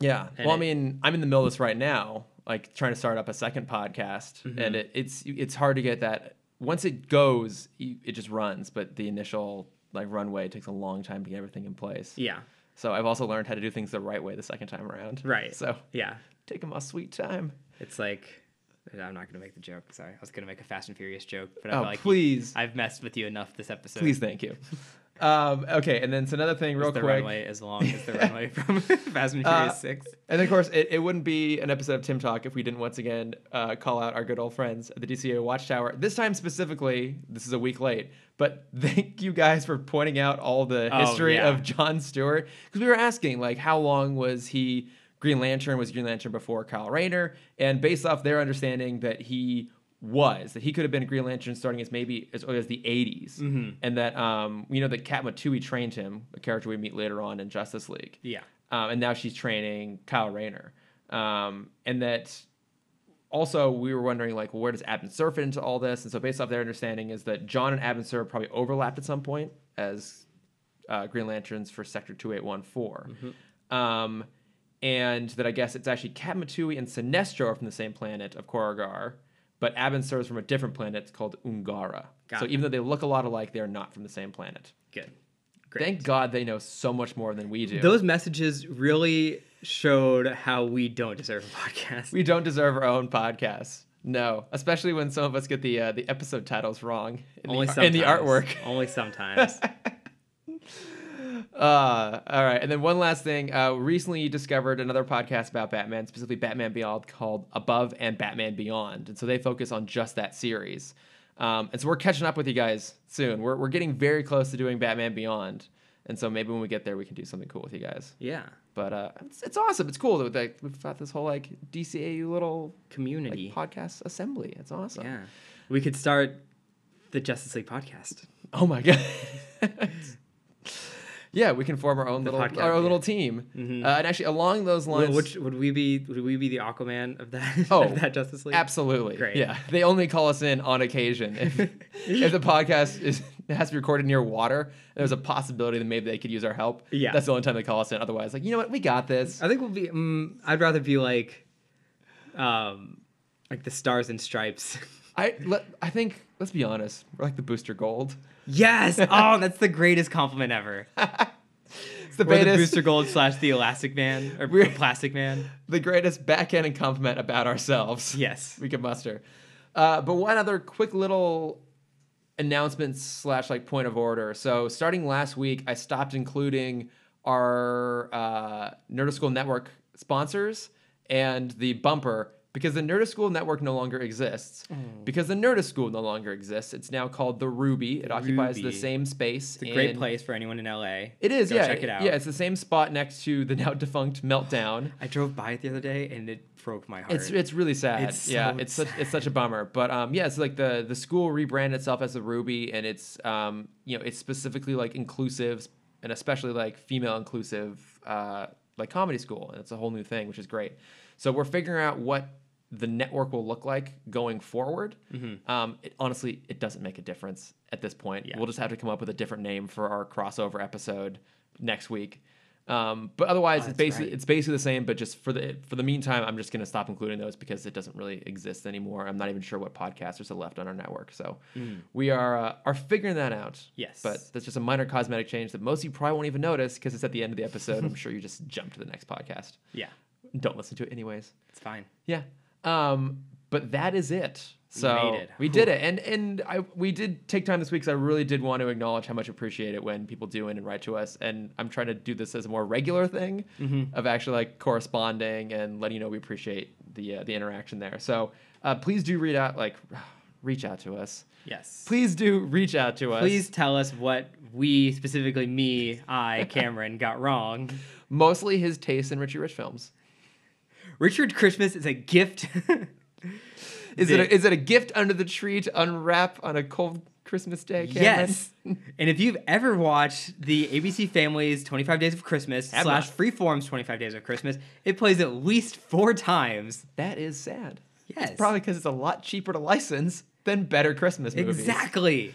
S1: Yeah.
S2: And
S1: well, I
S2: it-
S1: mean, I'm in the middle of this right now, like trying to start up a second podcast,
S2: Mm-hmm.
S1: and it, it's it's hard to get that. Once it goes, you- it just runs, but the initial like runway takes a long time to get everything in place.
S2: yeah
S1: So I've also learned how to do things the right way the second time around.
S2: Right.
S1: So
S2: yeah
S1: taking my sweet time.
S2: it's like i'm not gonna make the joke sorry i was gonna make a fast and furious joke but i
S1: Oh,
S2: feel like
S1: please,
S2: i've messed with you enough this episode
S1: please, thank you. Um, okay, and then it's another thing, real
S2: the
S1: quick.
S2: runway as long as the runway from fast and furious
S1: Uh,
S2: six
S1: And of course, it, it wouldn't be an episode of Tim Talk if we didn't once again uh, call out our good old friends at the DCA Watchtower. This time specifically, this is a week late, but thank you guys for pointing out all the
S2: Oh,
S1: history
S2: yeah.
S1: of John Stewart. Because we were asking, like, how long was he Green Lantern? Was Green Lantern before Kyle Rayner? And based off their understanding that he was, that he could have been Green Lantern starting as maybe as early as the 80s.
S2: Mm-hmm.
S1: And that, um, you know, that Kat Matui trained him, a character we meet later on in Justice League
S2: yeah
S1: um, and now she's training Kyle Rayner. Um, and that also we were wondering like, well, where does Abin Sur fit into all this? And so based off their understanding is that John and Abin Sur probably overlapped at some point as uh, Green Lanterns for Sector Two Eight One Four.
S2: Mm-hmm.
S1: Um, and that I guess it's actually Kat Matui and Sinestro are from the same planet of Korrigar, but Abin Sur is from a different planet called Ungara.
S2: Got
S1: so
S2: it.
S1: even though they look a lot alike, they're not from the same planet.
S2: good great
S1: Thank God they know so much more than we do.
S2: those messages really showed how we don't deserve a podcast
S1: We don't deserve our own podcasts. No, especially when some of us get the uh, the episode titles wrong in,
S2: Only
S1: the, ar- in the
S2: sometimes.
S1: artwork.
S2: Only sometimes.
S1: Uh, all right, and then one last thing. Uh, recently discovered another podcast about Batman, specifically Batman Beyond, called Above and Batman Beyond, and so they focus on just that series. Um, and so we're catching up with you guys soon. We're we're getting very close to doing Batman Beyond, and so maybe when we get there, we can do something cool with you guys.
S2: yeah.
S1: But uh, it's, it's awesome. It's cool that like, we've got this whole like DCAU little like,
S2: Community.
S1: podcast assembly. It's awesome.
S2: yeah. We could start the Justice League podcast.
S1: Oh my god. yeah, we can form our own little
S2: podcast,
S1: our own
S2: yeah. Mm-hmm.
S1: little team. Uh, and actually, along those
S2: Would,
S1: lines,
S2: which would we be? Would we be the Aquaman of that?
S1: Oh,
S2: of that Justice League.
S1: absolutely,
S2: Great.
S1: yeah, they only call us in on occasion if, if the podcast is it has to be recorded near water. There's a possibility that maybe they could use our help.
S2: Yeah.
S1: that's the only time they call us in. Otherwise, like you know what, we got this.
S2: I think we'll be. Um, I'd rather be like, um, like the Stars and Stripes.
S1: I let, I think let's be honest, we're like the Booster Gold.
S2: yes. Oh, that's the greatest compliment ever.
S1: It's the
S2: Or the
S1: greatest-
S2: Booster Gold slash the Elastic Man or
S1: We're-
S2: Plastic Man.
S1: the greatest backhanded compliment about ourselves.
S2: Yes.
S1: we could muster. Uh, but one other quick little announcement slash like point of order. So starting last week, I stopped including our uh, Nerd School Network sponsors and the bumper because the Nerd School Network no longer exists.
S2: Mm.
S1: Because the Nerd School no longer exists, it's now called the Ruby. It occupies the
S2: Ruby.
S1: same space.
S2: It's a great
S1: in-
S2: place for anyone in LA.
S1: It is,
S2: Go
S1: yeah,
S2: check it out.
S1: yeah. It's the same spot next to the now defunct Meltdown.
S2: I drove by it the other day and it broke my heart.
S1: It's it's really sad.
S2: It's
S1: yeah,
S2: so
S1: it's such it's such a bummer. But um, yeah, it's like the the school rebranded itself as the Ruby, and it's um, you know, it's specifically like inclusive and especially like female inclusive, uh, like comedy school, and it's a whole new thing, which is great. So we're figuring out what the network will look like going forward.
S2: Mm-hmm.
S1: Um, it, honestly, it doesn't make a difference at this point. We'll just have to come up with a different name for our crossover episode next week. Um, but otherwise, it's
S2: Oh, that's
S1: basically
S2: right.
S1: it's basically the same, but just for the for the meantime, I'm just gonna stop including those because it doesn't really exist anymore. I'm not even sure what podcasters are left on our network, so we are uh, are figuring that out.
S2: Yes.
S1: but that's just a minor cosmetic change that most of you probably won't even notice because it's at the end of the episode. I'm sure you just jump to the next podcast.
S2: yeah,
S1: Don't listen to it anyways.
S2: it's fine.
S1: Yeah. Um, but that is it. So
S2: made it.
S1: we did it, and and I we did take time this week because I really did want to acknowledge how much I appreciate it when people do in and write to us, and I'm trying to do this as a more regular thing
S2: Mm-hmm.
S1: of actually like corresponding and letting you know we appreciate the uh, the interaction there. So uh, please do read out like reach out to us.
S2: Yes.
S1: Please do reach out to us.
S2: Please tell us what we, specifically me, I, Cameron, got wrong.
S1: mostly his taste in Richie Rich films.
S2: Richard Christmas is a gift.
S1: Is it
S2: The-
S1: a, is it a gift under the tree to unwrap on a cold Christmas day? Cameron?
S2: yes. and if you've ever watched the ABC Family's 25 Days of Christmas
S1: Have
S2: slash
S1: not.
S2: Freeform's 25 Days of Christmas, it plays at least four times.
S1: That is sad.
S2: Yes.
S1: It's probably because it's a lot cheaper to license than better Christmas movies.
S2: Exactly.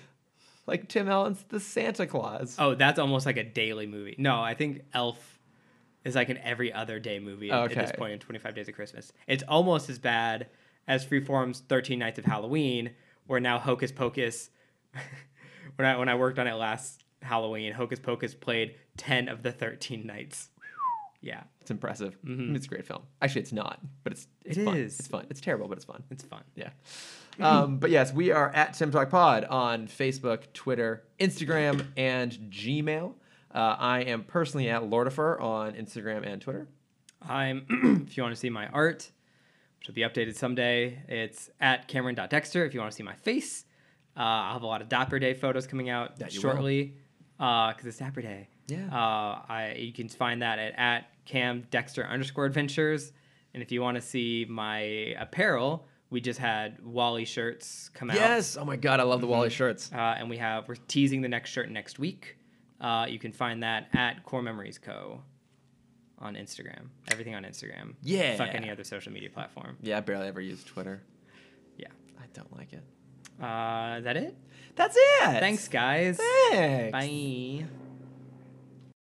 S1: Like Tim Allen's The Santa Claus.
S2: Oh, that's almost like a daily movie. No, I think Elf is like an every other day movie at- at this
S1: Okay.
S2: point in 25 Days of Christmas. It's almost as bad as Freeform's 13 Nights of Halloween, where now Hocus Pocus, when, I, when I worked on it last Halloween, Hocus Pocus played 10 of the 13 nights. Yeah,
S1: It's impressive. It's a great film. Actually, it's not, but it's it's
S2: Mm-hmm. It
S1: fun.
S2: is. Mm-hmm.
S1: It's fun. It's terrible, but it's fun.
S2: it's fun.
S1: Yeah. Um, but yes, we are at Tim Talk Pod on Facebook, Twitter, Instagram, and Gmail. Uh, I am personally at Lordifer on Instagram and Twitter.
S2: I'm, if you want to see my art, which will be updated someday, it's at Cameron.dexter. If you want to see my face, uh, I'll have a lot of Dapper Day photos coming out
S1: That you will.
S2: shortly because it's Dapper Day.
S1: Yeah.
S2: Uh, I, you can find that at, at Cam Dexter underscore adventures. And if you want to see my apparel, we just had Wally shirts come out.
S1: Yes. Oh my God, I love the Wally shirts.
S2: Uh, and we have we're teasing the next shirt next week. Uh, you can find that at Core Memories Co. on Instagram. Everything on Instagram.
S1: Yeah.
S2: Fuck any other social media platform.
S1: Yeah, I barely ever use Twitter.
S2: Yeah.
S1: I don't like it.
S2: Uh, is that it?
S1: That's it.
S2: Thanks, guys.
S1: Thanks.
S2: Bye.